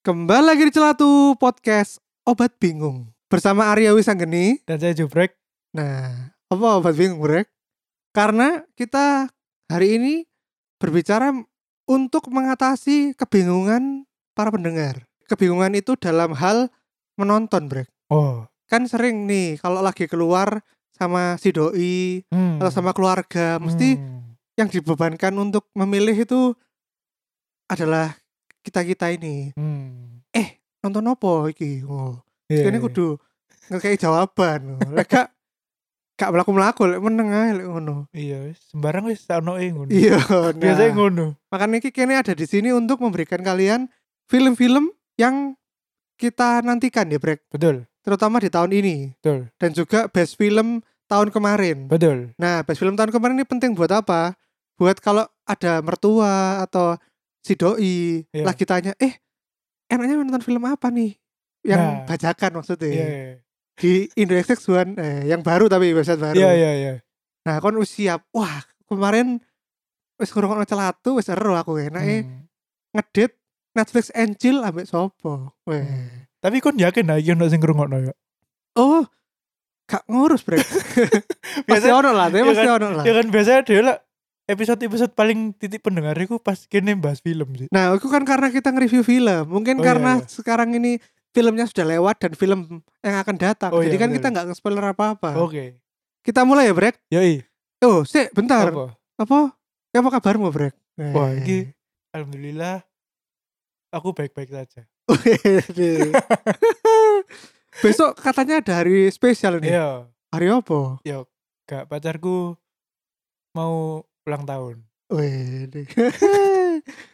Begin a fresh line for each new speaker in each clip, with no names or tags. Kembali lagi di Celatu Podcast Obat Bingung Bersama Arya Wisanggeni
dan saya Jubrek
Nah, apa obat bingung Brek? Karena kita hari ini berbicara untuk mengatasi kebingungan para pendengar Kebingungan itu dalam hal menonton Brek
oh
Kan sering nih kalau lagi keluar sama si doi
hmm.
Atau sama keluarga Mesti
Hmm.
yang dibebankan untuk memilih itu adalah kita-kita ini
Hmm.
Nonton opo iki? Oh.
Iya,
Kene
iya.
kudu ngekei jawaban. Lek gak gak mlaku-mlaku lek meneng ae lek ngono.
iya wis. sembarang wis tak ono e ngono
Iya. Nah,
biasanya ngono
makanya iki kene ada di sini untuk memberikan kalian film-film yang kita nantikan ya, Brek.
betul
Terutama di tahun ini
betul
dan juga best film tahun kemarin.
betul
Nah, best film tahun kemarin ini penting buat apa? Buat kalau ada mertua atau si doi
Iya.
lagi tanya, "Eh, enaknya nonton film apa nih?" Yang
Nah.
bajakan maksudnya.
iya
di Indoseks One eh, yang baru tapi website baru.
iya iya iya
Nah, kon wis siap. Wah, kemarin wis ngrungokno celatu wis seru aku enak e
Hmm.
ngedit Netflix and chill ambek sopo. Weh.
tapi kon yakin lah iki ono sing ngrungokno ya
Oh, gak ngurus, Brek. pasti
Biasa-
ono lah, tapi
iya
pasti ono lah.
ya kan biasanya dia lah episode-episode paling titik pendengar iku pas kene bahas film sih
Nah, itu kan karena kita nge-review film. Mungkin
Oh, iya,
karena
iya.
sekarang ini filmnya sudah lewat dan film yang akan datang.
Oh,
Jadi
iya, Oh.
kan
bener.
kita nggak nge-spoiler apa-apa.
oke
Kita mulai ya, Brek.
yoi
Oh, sik, bentar. Apa?
apa
Ya, apa kabarmu, Brek?
Wah,
Eh.
iki- alhamdulillah aku baik-baik saja
Wede. Besok katanya ada hari spesial nih.
iya
Hari apa?
gak pacarku mau ulang tahun
Wede.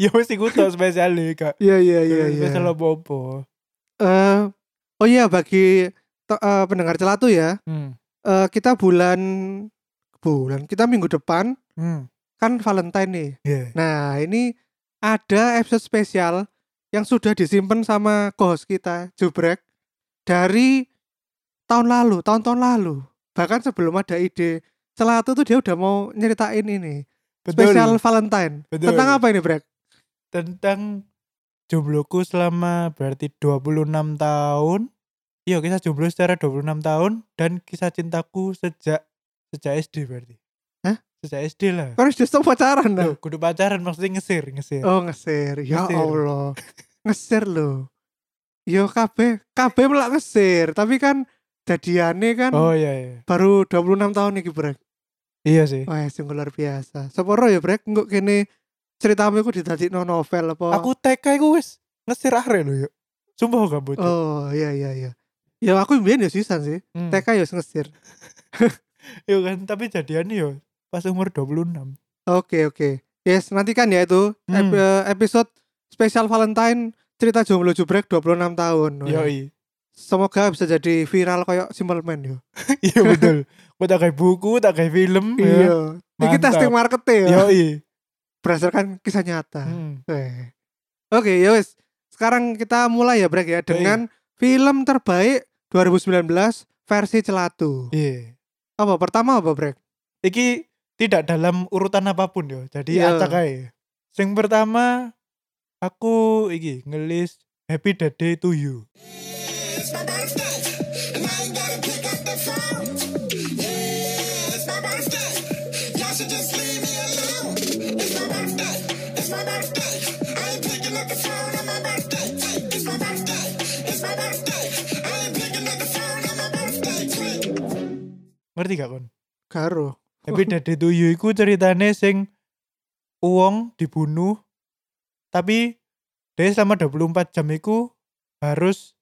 ya wis iku tok spesial e, Kak.
Iya iya iya
Iya,
iya.
spesial apa-apa.
Eh, oh iya bagi to- eh, pendengar celatu ya,
Hmm.
eh, kita bulan bulan kita minggu depan
Hmm.
kan Valentine nih.
Iya.
Nah, ini ada episode spesial yang sudah disimpan sama co-host kita, Jubrek, dari tahun lalu, tahun-tahun lalu. Bahkan sebelum ada ide celatu tuh dia udah mau nyeritain ini.
Betul.
Spesial Valentine.
Betul.
Tentang apa ini, Brek?
tentang jombloku selama berarti 26 tahun. Iya, kisah jomblo secara 26 tahun dan kisah cintaku sejak sejak SD berarti.
Hah?
Sejak SD lah.
Kan sudah stop pacaran loh.
Loh, kudu pacaran maksudnya ngesir, ngesir.
Oh, ngesir. Ya
Ngesir.
Allah. ngesir loh. Yo kabeh, kabeh melak ngesir, tapi kan jadiannya kan
Oh, iya iya.
baru 26 tahun nih, Brek.
Iya sih.
Wah, sungguh luar biasa. Seporo ya, Brek, engko kene ceritamu iku didadekno novel apa?
Aku TK iku wis ngesir arek lho, yuk. Sumpah gak bocor.
Oh, iya iya iya. Ya aku mbiyen ya sisan sih.
Hmm.
TK ya ngesir.
Iya kan, tapi jadian yo pas umur 26.
Oke, oke. Yes, nantikan ya itu
Hmm.
ep- episode spesial Valentine cerita jomblo jubrek 26 tahun. Wah.
Yoi.
Semoga bisa jadi viral kayak Simple Man yo.
Iya betul. Gue tak kayak buku, tak kayak film. ya.
Iya. Ini
Mantap.
testing marketing ya.
Yoi.
Berdasarkan kisah nyata.
Hmm.
Weh. Oke, ya wes. Sekarang kita mulai ya Brek ya dengan film terbaik 2019 versi Celatu.
Iya.
Apa pertama apa Brek?
Iki tidak dalam urutan apapun yo. Jadi
Iya.
acak ae. Sing pertama aku iki ngelis Happy Dead Day to You.
It's my birthday, and I ain't gotta pick up the phone. Yeah, it's my birthday. Y'all should just leave me alone. It's my birthday. It's my birthday. I ain't picking up the phone on my birthday. Hey, It's my birthday. It's my birthday. I ain't picking up the phone on my birthday. Hey.
Ngerti gak kon?
Garo.
Happy Dead Day to You iku ceritane sing uang dibunuh tapi dia selama 24 jam iku harus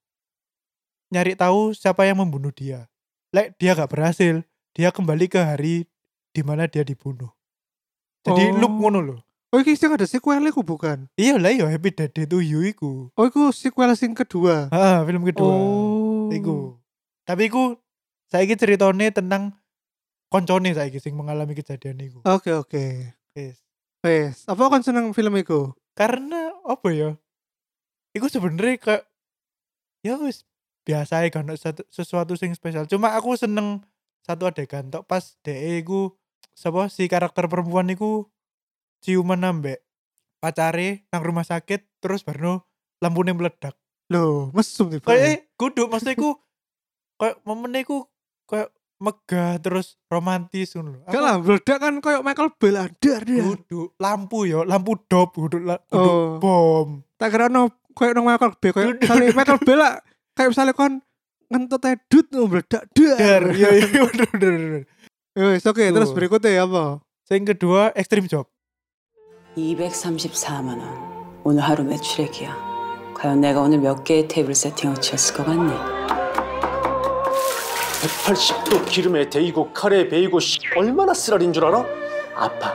nyari tahu siapa yang membunuh dia. Lek dia gak berhasil, dia kembali ke hari dimana dia dibunuh. Jadi
Oh.
loop ngono loh.
Oh, iki sing ada sequel iku bukan?
Iya lah yo Happy Dead Day to You iku.
Oh, iku sequel sing kedua.
Ah, film kedua.
Oh.
Iku. Tapi iku saiki ceritane tentang koncone saiki sing mengalami kejadian itu.
Oke oke.
Yes.
Wes, apa kon seneng film iku?
Karena apa ya? Iku sebenarnya kayak ya wis biasa kan sesuatu sing spesial. Cuma aku seneng satu adegan tok pas DE iku sapa si karakter perempuan iku ciuman ambek pacare nang rumah sakit terus barno lampune meledak.
Loh, mesum nih. Bro.
kayak eh, kudu maksudnya ku kayak momennya ku kayak megah terus romantis ngono lho.
Gak
Apa?
lah, meledak kan koyok Michael Bell ada dia.
kudu lampu yo lampu dop kudu, la, kudu
ya? Oh,
bom
tak kira no koyok nang Michael Bell, koyok
Duduk.
misalnya Michael Bell lah, kayak misalnya kon ngentut aja dut no, meledak
dar iya,
dar.
yo yo bener, bener, bener.
Wes, oke, terus
Tuh.
berikutnya ya, apa?
yang kedua extreme job
234만 원. 오늘 하루 매출액이야. 과연 내가 오늘 몇 개의 테이블 세팅을 치웠을 것 같니?
180도 기름에 데이고 카레에 베이고 씨, 얼마나 쓰라린 줄 알아? 아빠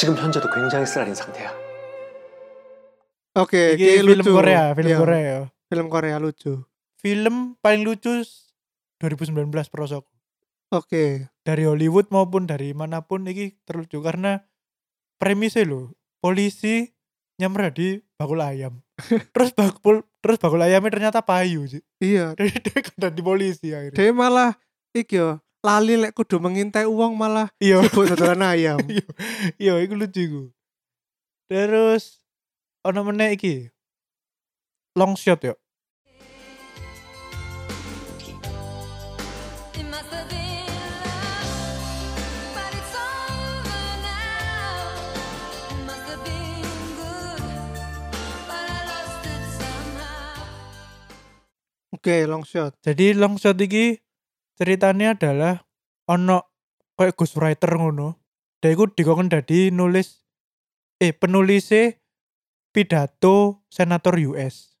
지금 현재도 굉장히 쓰라린 상태야
Oke,
Iki
iki
film
lucu.
Korea film
Iya,
Korea ya.
Film Korea lucu.
film paling lucu s- 2019 prosok
Oke.
dari Hollywood maupun dari manapun iki terlucu karena premisnya lo polisi nyamra di bakul ayam terus bakul terus bakul ayamnya ternyata payu sih
Iya,
dari dia kena di polisi akhirnya
dia malah iki yo lali lek kudu mengintai uang malah
iya
sibuk dodolan ayam.
iya iya itu lucu iku. terus ono meneh iki long shot ya. yo
It must have been love, but it's over now. It must have been good, but I lost it somehow.
Oke, long shot.
jadi long shot iki ceritanya adalah ono kayak ghostwriter ngono dia iku dikongkon dadi nulis eh penulisnya pidato senator US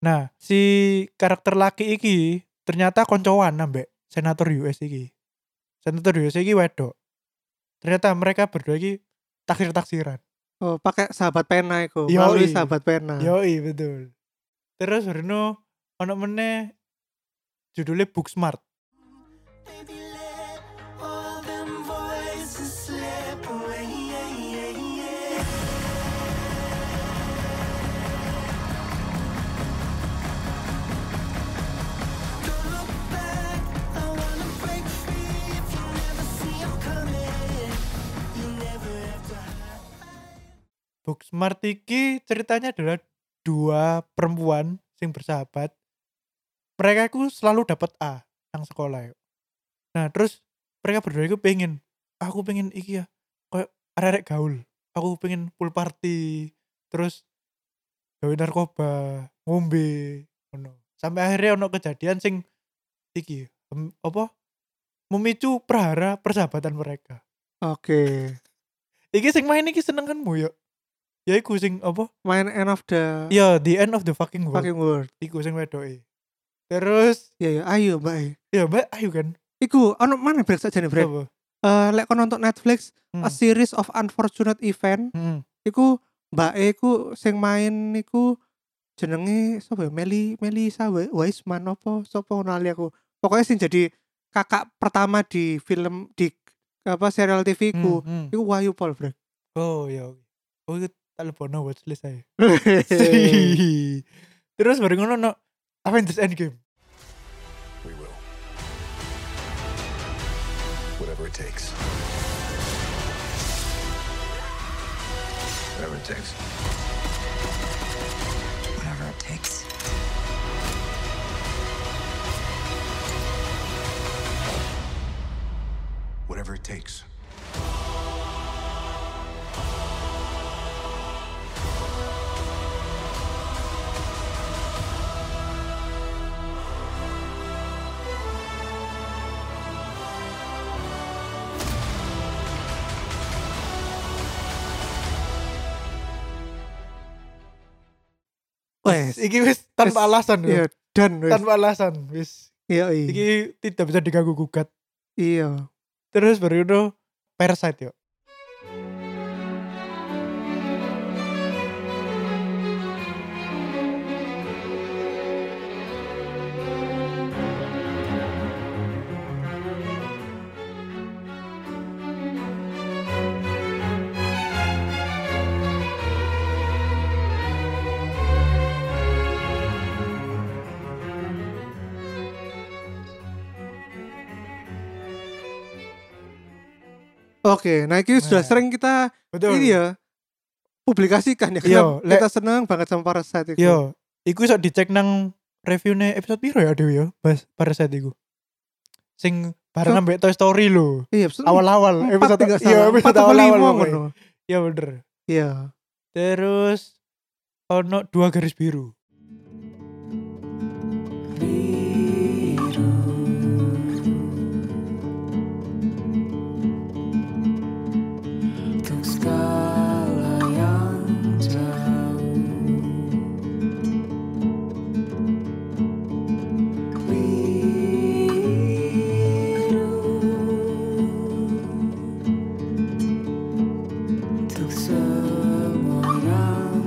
nah si karakter laki iki ternyata koncoan ambek senator US iki senator US iki wedok ternyata mereka berdua iki taksir-taksiran
Oh, pakai sahabat pena iku.
Yoi.
Melalui sahabat pena.
Yoi betul. Terus Bruno ono meneh judulnya Booksmart. Booksmart iki ceritanya adalah dua perempuan sing bersahabat. Mereka itu selalu dapat A nang sekolah. yuk. Nah, terus mereka berdua itu pengen aku pengen iki ya kayak arek gaul. Aku pengen pool party, terus gawe narkoba, ngombe, ngono. Sampai akhirnya ono kejadian sing iki em, apa memicu perhara persahabatan mereka.
Oke.
Iki sing main iki seneng kan mu yo. Ya iku sing apa?
Main end of the
Ya the end of the fucking world.
fucking world.
Iku sing wedoke. Terus
Iya, iya. ayo, Mbak. eh.
ya Mbak ayo kan.
Iku ono mana break saja nih, Brek?
Apa?
Eh, lek kon nonton Netflix
Hmm.
A Series of Unfortunate Event
Hmm.
iku Mbak E iku sing main iku jenenge sapa ya? Meli Melisa Wa- Waisman apa sapa ngono ali aku. Pokoknya sing jadi kakak pertama di film di apa serial TV ku.
Hmm, hmm.
Iku Wahyu Pol, Brek.
Oh ya. Oh iku tak lebono watchlist ae.
Hehehe.
Terus baru ngono no Avengers Endgame.
We will. Whatever it takes. Whatever it takes.
Whatever it takes.
Whatever it takes.
Wes.
Iki wis
Wes.
tanpa alasan
Iya,
ya.
dan wes.
Tanpa alasan wis.
Iya, iya.
Iki tidak bisa diganggu gugat.
Iya.
Terus baru ngono Parasite yo.
Oke, nah ini sudah
Nah.
sering kita
Betul.
ini ya publikasikan ya.
Yo,
Karena kita seneng banget sama Parasite itu.
Yo, Iya. iku iso dicek nang reviewnya episode piro ya Dewi ya, Bas Parasite iku. Sing bareng
So-
ambek Toy Story lho.
Iya, episode
Awal-awal
empat
episode
tiga
iya,
salah, empat
episode
atau
awal-awal
lima
pokoknya.
ngono.
Iya bener.
Iya.
Terus ono dua garis biru.
Untuk segala yang jauh Biru Untuk semua yang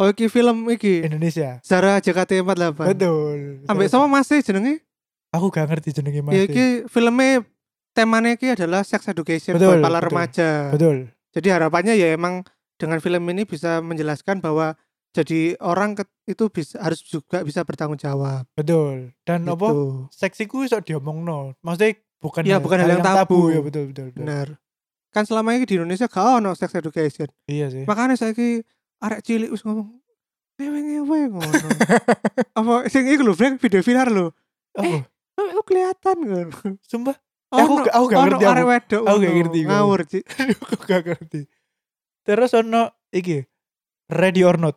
Oke, film Oh, iki
Indonesia.
Zara JKT48.
Betul.
Ambek
Terus-
sama masih jenenge?
Aku gak ngerti jenenge Mas.
Ya iki filmnya temanya iki adalah sex education
Betul,
buat para
betul.
remaja.
Betul.
Jadi harapannya ya emang dengan film ini bisa menjelaskan bahwa jadi orang ke- itu bisa harus juga bisa bertanggung jawab.
Betul. Dan apa?
Gitu.
Seksi ku iso diomongno. Maksudnya bukan
Iya, bukan hal yang tabu.
Ya betul betul. betul.
Benar. Kan selama ini di Indonesia gak ono sex education.
Iya sih.
Makanya saya ki arek cilik wis ngomong ngewe ngewe ngono. Apa sing iku lho Frank video viral lho.
Apa?
Oh, iku kelihatan ngono.
Sumpah Eh, aku gak- aku gak ngerti aku.
Arek wedok.
Aku gak
ngono.
ngerti aku.
Ngawur, Ci.
aku gak ngerti. Terus ono iki Ready or Not.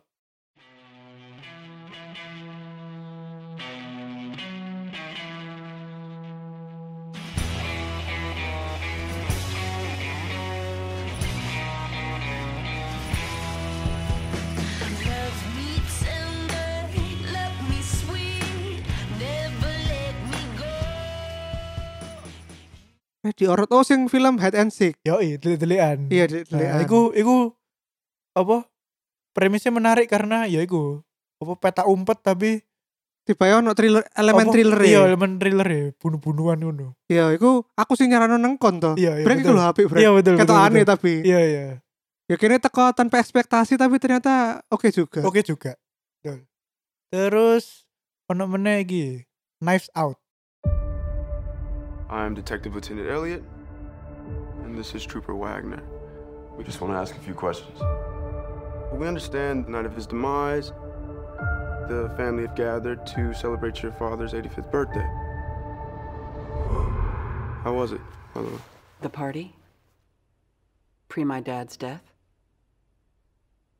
Love me tender, love me sweet, never let me go.
Di Orot oh sing film Hide and Seek.
Yoi, delik-delikan.
Iya, di
Nah,
dilihat.
iku iku apa? Premisnya menarik karena ya iku apa peta umpet tapi
tiba ya ono thriller elemen
apa-
thriller
Iya,
ya.
elemen thriller ya, bunuh-bunuhan ngono.
Iya, iku aku sing nyarano nang kon to.
Iya, iya,
Brek iku
betul.
lho apik, Brek.
Iya, betul.
Ketok
betul,
aneh
betul.
tapi.
Iya, iya.
Ya kene teko tanpa ekspektasi tapi ternyata oke juga.
Oke juga. Betul. Terus ono meneh iki Knives Out.
I am Detective Lieutenant Elliot, and this is Trooper Wagner.
We just want to ask a few questions.
We understand the night of his demise, the family have gathered to celebrate your father's 85th birthday. How was it, by the way?
The party? Pre my dad's death?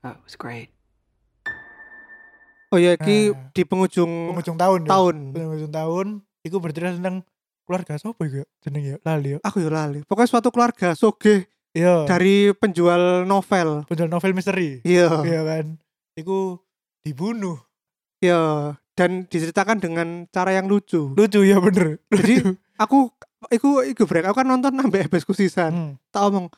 Oh, it was great.
Oh ya iki
Nah.
di penghujung
Penghujung tahun. ya.
tahun.
Penghujung tahun iku bercerita tentang keluarga sapa iku ya? jenenge ya? Lali ya.
Aku ya lali. Pokoknya suatu keluarga sogeh
Iya.
dari penjual novel.
penjual novel misteri.
Iya,
Iya kan. Iku dibunuh.
iya. Dan diceritakan dengan cara yang lucu.
Lucu ya bener.
Jadi aku iku iku break. Aku kan nonton sampai habisku sisan.
Hmm.
Tak omong.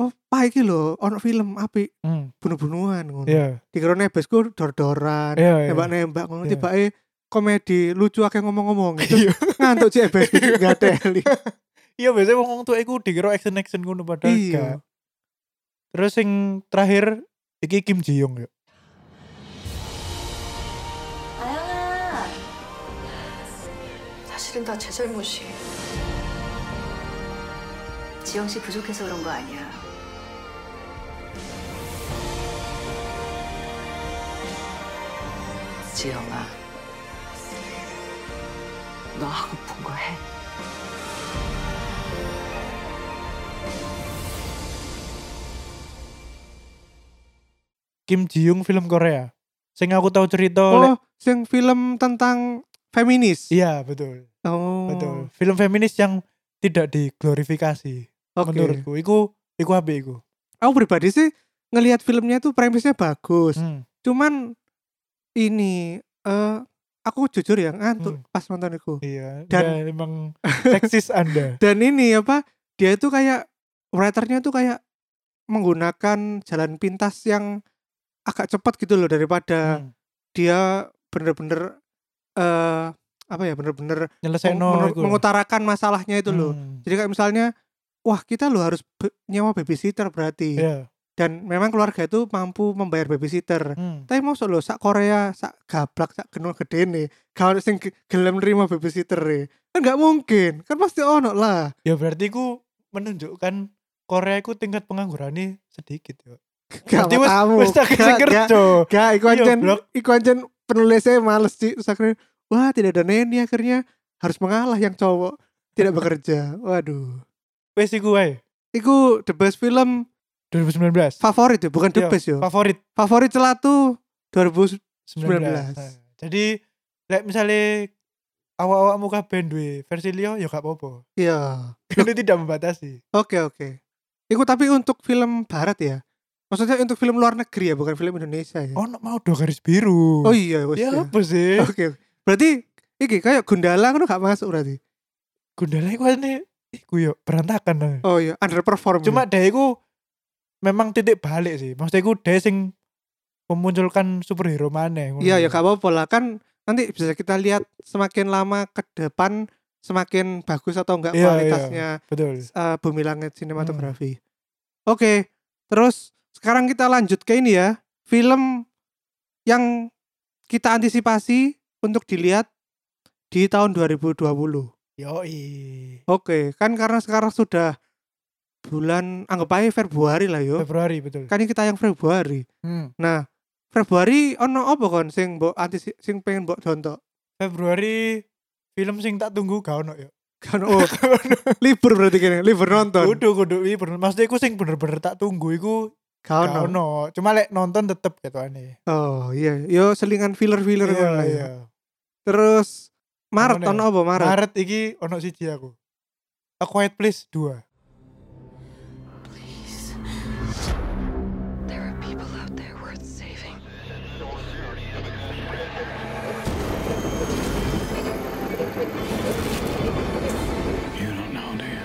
Oh, pa iki lho ono film apik
hmm.
bunuh-bunuhan ngono.
Iya.
Dikirone habisku dor-doran,
Iya. iya.
nembak-nembak ngono
Iya.
tibake komedi lucu akeh ngomong-ngomong. Terus
Iya.
ngantuk cek habisku ngateli.
Iya biasanya wong tua iku dikira action action ngono padahal
Iya.
gak. Terus sing terakhir iki Kim Ji Young ya.
아영아 사실은 다 제 잘못이 지영 씨 부족해서 그런 거 아니야
지영아, 너 하고픈 거 해.
Kim Ji Young film Korea. Sing aku tahu cerita
Oh,
lek-
sing film tentang feminis.
Iya, betul.
Oh.
Betul. Film feminis yang tidak diglorifikasi
Oke.
menurutku. Iku iku apik iku.
Aku pribadi sih ngelihat filmnya tuh premisnya bagus.
Hmm.
Cuman ini eh aku jujur ya ngantuk
Hmm.
pas nonton itu.
Iya. Dan
Dan-
emang seksis Anda.
Dan ini apa? Dia itu kayak writernya tuh kayak menggunakan jalan pintas yang agak cepat gitu loh daripada
Hmm.
dia bener-bener eh apa ya bener-bener
Nyelesaikan
meng-
iku.
mengutarakan masalahnya itu loh.
gitu Hmm.
Jadi kayak misalnya, wah kita lo harus be- nyewa babysitter berarti.
Iya.
dan memang keluarga itu mampu membayar babysitter
Hmm.
tapi masuk loh sak Korea sak gablak sak genul gede nih kalau sing ge- gelem nerima babysitter nih kan nggak mungkin kan pasti ono lah
Ya berarti ku menunjukkan Korea ku tingkat penganggurannya sedikit ya.
gak
Berarti wes
tahu
wes tak
Gak- gak-
kerja.
Gak, iku
Iya,
anjen,
Blok.
iku anjen penulisnya males sih. Terus akhirnya, wah tidak ada neni akhirnya harus mengalah yang cowok
Iya.
tidak bekerja. Waduh.
Wes iku wae.
Iku the best film
2019.
favorit ya, bukan the
Iya,
best yo.
Favorit
Favorit celatu 2000
19.
19.
Nah, Jadi lek misalnya awak-awakmu kabeh duwe versi liyo ya gak apa-apa.
ya.
Ini tidak membatasi.
Oke, oke. Iku tapi untuk film barat ya. Maksudnya untuk film luar negeri ya, bukan film Indonesia ya.
Oh, no, mau dua garis biru.
Oh iya, wes
ya
ya.
apa sih?
Oke. Berarti iki kayak Gundala kan gak masuk berarti.
Gundala iku ini iku yo berantakan. nah.
Oh iya, underperform.
Cuma dia iku memang titik balik sih. Maksudnya iku dia sing memunculkan superhero maneh. ngono.
Iya ya gak apa-apa lah kan nanti bisa kita lihat semakin lama ke depan semakin bagus atau enggak
Iya,
kualitasnya
Betul.
eh, Bumi Langit sinematografi.
Hmm.
Oke, terus sekarang kita lanjut ke ini ya. Film yang kita antisipasi untuk dilihat di tahun 2020.
Yoi.
Oke, kan karena sekarang sudah bulan anggap aja Februari lah yo.
Februari betul.
Kan ini kita yang Februari.
Hmm.
Nah, Februari ono apa kon sing mbok antis sing pengen mbok contoh?
Februari film sing tak tunggu gak ono yo.
Kan oh, libur berarti kene, libur nonton.
Kudu kudu iki bener. Maksudnya iku sing bener-bener tak tunggu iku
Kau
gak kan ono. Cuma lek nonton tetep gitu aneh.
Kan Oh iya, yo selingan filler-filler
Iya,
ngono ya.
iya.
Terus Maret
Ono ya?
ono apa Maret?
Maret iki ono siji aku. A Quiet Place 2.
There are people out there worth saving.
You don't know, do you?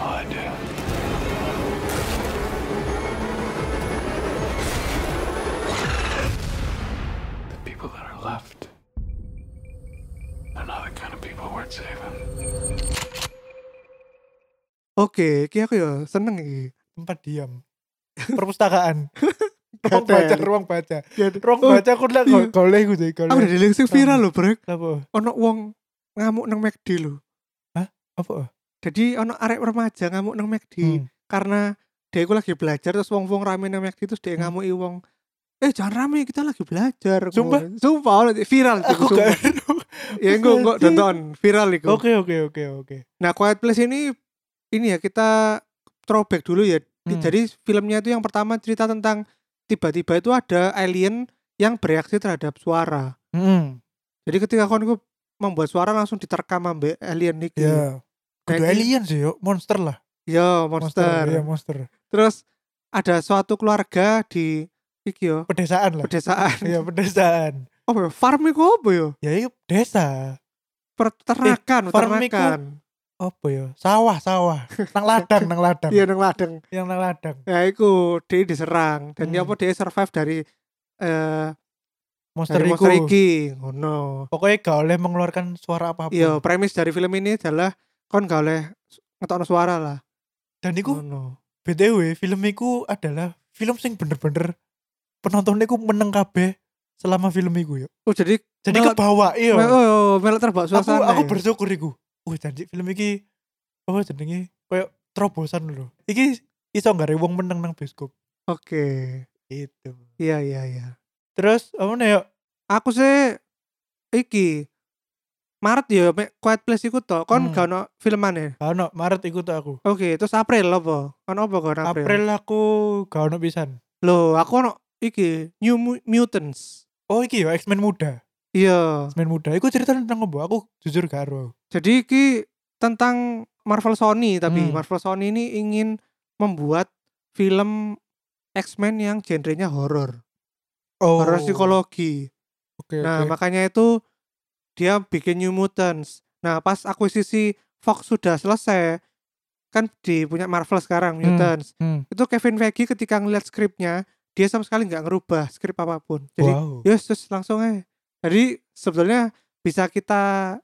Oh, I do. The people that are left, they're not the kind of people worth saving.
Oke, iki aku yo seneng iki.
Tempat diam. Perpustakaan. ruang
Gak
baca,
tahu.
ruang baca.
Ya,
Ruang
oh,
baca aku ndak
iya.
goleh iku jadi goleh.
Aku udah dealing sing viral loh, Brek.
Apa?
Ono wong ngamuk nang McD lho.
Apa?
Jadi ono arek remaja ngamuk nang McD
Hmm.
karena dia iku lagi belajar terus wong-wong rame nang McD terus dia
Hmm.
ngamuki wong Eh jangan rame kita lagi belajar.
Sumpah?
Ngono. Sumpah ono viral iku,
Aku
sumpah.
gak
Ya enggak enggak
Anjing.
tonton viral iku.
Oke, oke, oke, oke.
Nah, Quiet Place ini ini ya kita throwback dulu ya. Di-
Hmm.
Jadi filmnya itu yang pertama cerita tentang tiba-tiba itu ada alien yang bereaksi terhadap suara.
Hmm.
Jadi ketika kon iku membuat suara langsung diterkam ambek alien Nah, niki.
Ya. Kudu
Kayak-
alien sih yo, monster lah.
Yo, ya, monster.
Iya, monster.
Terus ada suatu keluarga di iki yo,
Pedesaan lah.
pedesaan.
Iya, pedesaan.
Oh, farm iku apa yo?
Ya iya desa.
Peternakan,
Eh, farm iku-
peternakan.
Apa ya? Sawah, sawah. Nang ladang, nang ladang.
Iya nang ladeng.
Yang nang ladang.
Ya iku dia diserang dan
Hmm.
ya apa dia survive dari eh
Monster
dari
iku.
monster iki. Oh no.
Pokoknya gak oleh mengeluarkan suara apa-apa.
Iya, premis dari film ini adalah kon gak oleh ngetokno suara lah.
Dan iku
Ngono.
BTW film iku adalah film sing bener-bener penonton iku meneng kabeh selama film iku yo.
Oh, jadi
Jadi
Melek-
kebawa iya.
mel- oh, melek terbak
aku
suasana.
aku
ya.
bersyukur iku. Wah, janji film iki oh jenenge koyo terobosan lho. Iki iso gak wong meneng nang bioskop.
Oke.
Itu.
Iya, iya, iya.
Terus apa nih yo?
Aku sih iki Maret ya mek Quiet Place iku tok. Kon
Hmm.
gak ono film maneh.
Gak ono, Maret iku tuh aku.
Oke, terus April apa? Kon apa kon April?
April aku gak ono pisan.
Loh, aku ono iki New Mu- Mutants.
Oh iki yo X-Men muda.
Iya.
X-Men muda. Iku cerita tentang apa? Aku jujur gak ero.
Jadi iki tentang Marvel Sony tapi
Hmm.
Marvel Sony ini ingin membuat film X-Men yang genrenya horor.
Oh.
horor psikologi.
Oke,
Nah,
oke.
makanya itu dia bikin New Mutants. Nah, pas akuisisi Fox sudah selesai, kan di punya Marvel sekarang
Hmm.
Mutants.
Hmm.
Itu Kevin Feige ketika ngeliat skripnya, dia sama sekali nggak ngerubah skrip apapun. Jadi,
wow.
yes, yes, langsung aja. Jadi sebetulnya bisa kita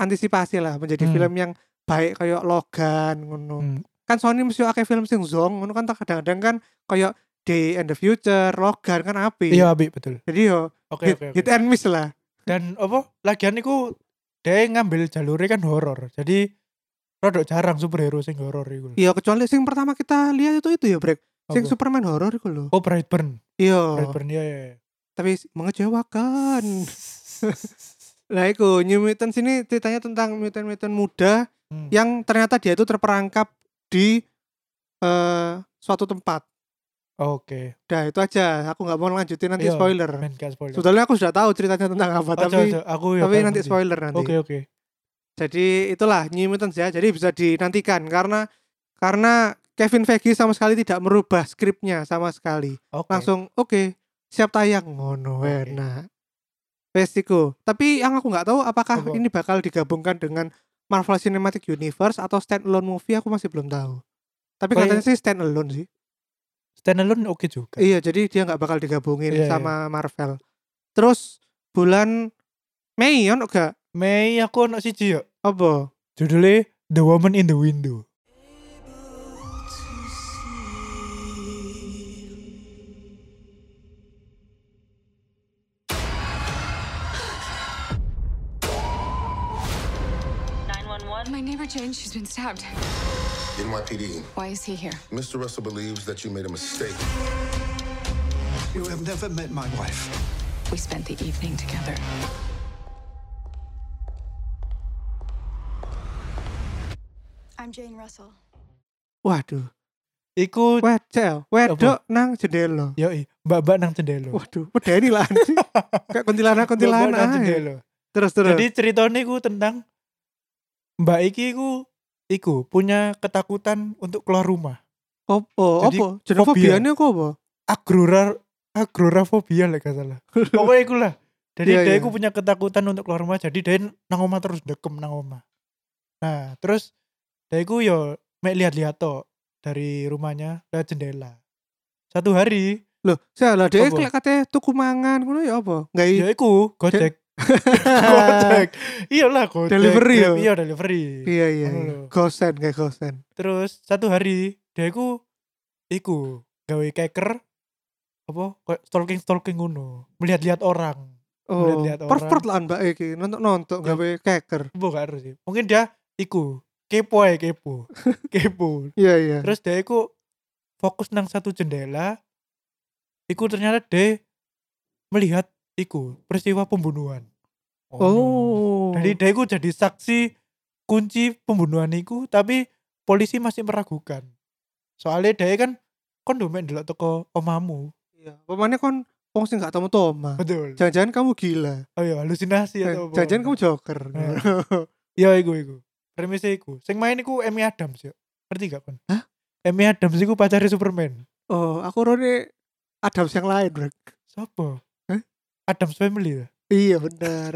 antisipasi lah menjadi
Hmm.
film yang baik kayak Logan ngono.
Hmm.
kan Sony mesti akeh film sing zong ngono kan kadang-kadang kan kayak Day and the Future, Logan kan api.
Iya, Abi, betul.
Jadi yo hit,
Oke, oke. oke.
hit and miss lah.
Dan apa? Lagian iku dia ngambil jalurnya kan horor. Jadi rodok jarang superhero sing horor iku.
Iya kecuali sing pertama kita lihat itu itu ya Brek. Sing
Apa?
Superman horor iku lho.
Oh, Brightburn.
Iya.
Brightburn ya. ya, ya.
Tapi s- mengecewakan. Lah iku New Mutants ini ceritanya tentang mutant-mutant muda
Hmm.
yang ternyata dia itu terperangkap di eh suatu tempat.
Oke.
Dah itu aja, aku nggak mau lanjutin nanti
Iya,
spoiler.
Men gak spoiler.
Sebetulnya aku sudah tahu ceritanya tentang apa,
Ojo,
tapi
ojo, aku ya
tapi
pengen
nanti
ngerti.
spoiler nanti.
Oke, oke.
Jadi itulah New Mutants ya. Jadi bisa dinantikan karena karena Kevin Feige sama sekali tidak merubah skripnya sama sekali.
Oke.
Langsung oke, siap tayang ngono
Oke.
enak. Wes iku. Tapi yang aku nggak tahu apakah
Apa?
ini bakal digabungkan dengan Marvel Cinematic Universe atau standalone movie aku masih belum tahu. Tapi
Kayak-
katanya sih standalone sih.
Standalone oke juga.
Iya, jadi dia nggak bakal digabungin
Iya,
sama Marvel. Terus bulan Mei ya, ono gak?
Mei aku ono siji yo.
Apa?
Judulnya The Woman in the Window.
My neighbor Jane, she's been stabbed.
NYPD,
E,
Why is he here?
Mr. Russell believes that you made a mistake.
You have never met my wife.
We spent the evening together.
I'm Jane Russell.
Waduh.
Iku
Wedel, wedok nang jendela.
yo mbak-mbak nang cendelo.
Waduh, pedeni lah anjing. Kayak kuntilanak kuntilanak.
Mbak-mbak nang
ae.
cendelo.
Terus terus.
Jadi ceritanya ku tentang Mbak Iki ku iku punya ketakutan untuk keluar rumah.
opo
jadi
opo? Jeneng
fobia.
fobiane kok apa?
Agrora agrorafobia lah gak salah. Pokoknya iku lah. Jadi
Iya,
dia
iya.
iku punya ketakutan untuk keluar rumah. Jadi dia nang omah terus dekem nang omah. Nah, terus dia iku yo mek lihat-lihat tok dari rumahnya lewat jendela. Satu hari,
Loh, salah dia
Apa?
kok katanya tuku mangan ngono ya apa? Enggak
ya iku Gojek. Gojek. Iyalah Gojek.
Delivery
Grab,
yo.
Iya, delivery.
Iya iya.
Ngono
iya.
lho.
Gosen kayak gosen.
Terus satu hari dia iku iku gawe keker apa kayak stalking stalking ngono, melihat-lihat orang.
Oh,
Lihat-lihat orang.
pervert lah Mbak iki nonton-nonton
Ya.
gawe keker.
Apa gak harus sih. Mungkin dia iku kepo ya kepo. kepo.
Iya iya.
Terus dia iku fokus nang satu jendela. Iku ternyata dia melihat iku peristiwa pembunuhan.
Oh.
Jadi dia iku jadi saksi kunci pembunuhan iku tapi polisi masih meragukan. Soalnya dia kan kon do mek ndelok teko omamu.
iya. Pemane kon wong sing gak tau toma.
Betul.
Jangan-jangan kamu gila.
Oh iya halusinasi
Eh,
atau apa.
Jangan-jangan kamu joker.
Eh. Iya iku iku. Premisnya iku. Sing main iku Amy Adams ya. Ngerti gak kon?
Hah?
Amy Adams iku pacare Superman.
oh, aku rone Adams yang lain, Bro.
Sopo?
Hah?
Adams Family ya.
Iya benar.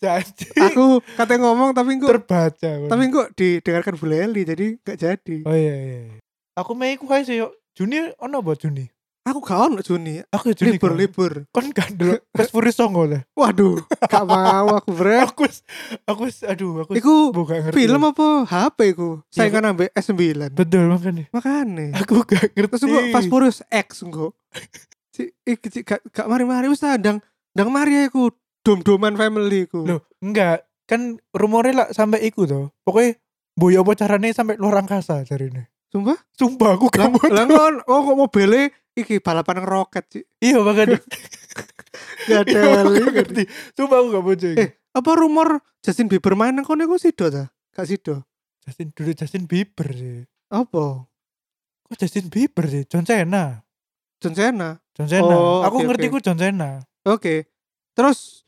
Jadi
aku kata ngomong tapi kok
terbaca. kon.
tapi kok didengarkan Bu Leli jadi gak jadi.
Oh iya iya. iya. Aku mei iku kae sih yo. Juni ono apa Juni?
Aku gak ono Juni.
Aku ya Juni.
Libur
kon.
libur.
Kon gak ndelok Fast Furious Songo lah.
Waduh, gak mau aku brek.
aku wis- aku wis- aduh aku wis
Iku
bu- gak ngerti
film apa HP ku?
Iya,
Saingan kan ambek S9.
betul makanya
Makane.
aku gak ngerti
Terus gua Fast Furious X engko. Si iki si, gak gak mari-mari wis ta, ndang ndang mari aku dom-doman family ku.
Loh, enggak kan rumornya lah sampai iku tuh pokoknya boy apa caranya sampai luar angkasa cari ini
Sumpah?
sumpah aku
Lah
kamu
lah kon oh kok mobile iki balapan roket sih.
iya makanya
Ya
Iya, aku
deli.
gak ngerti sumpah aku gak bocor
Eh, apa rumor Justin Bieber main nang kono iku sido ta? Gak sido.
Justin dulu Justin Bieber sih
Apa?
kok Justin Bieber sih John Cena
John Cena.
John Cena
Oh,
aku
oke,
ngerti
oke.
ku John Cena
Oke. Terus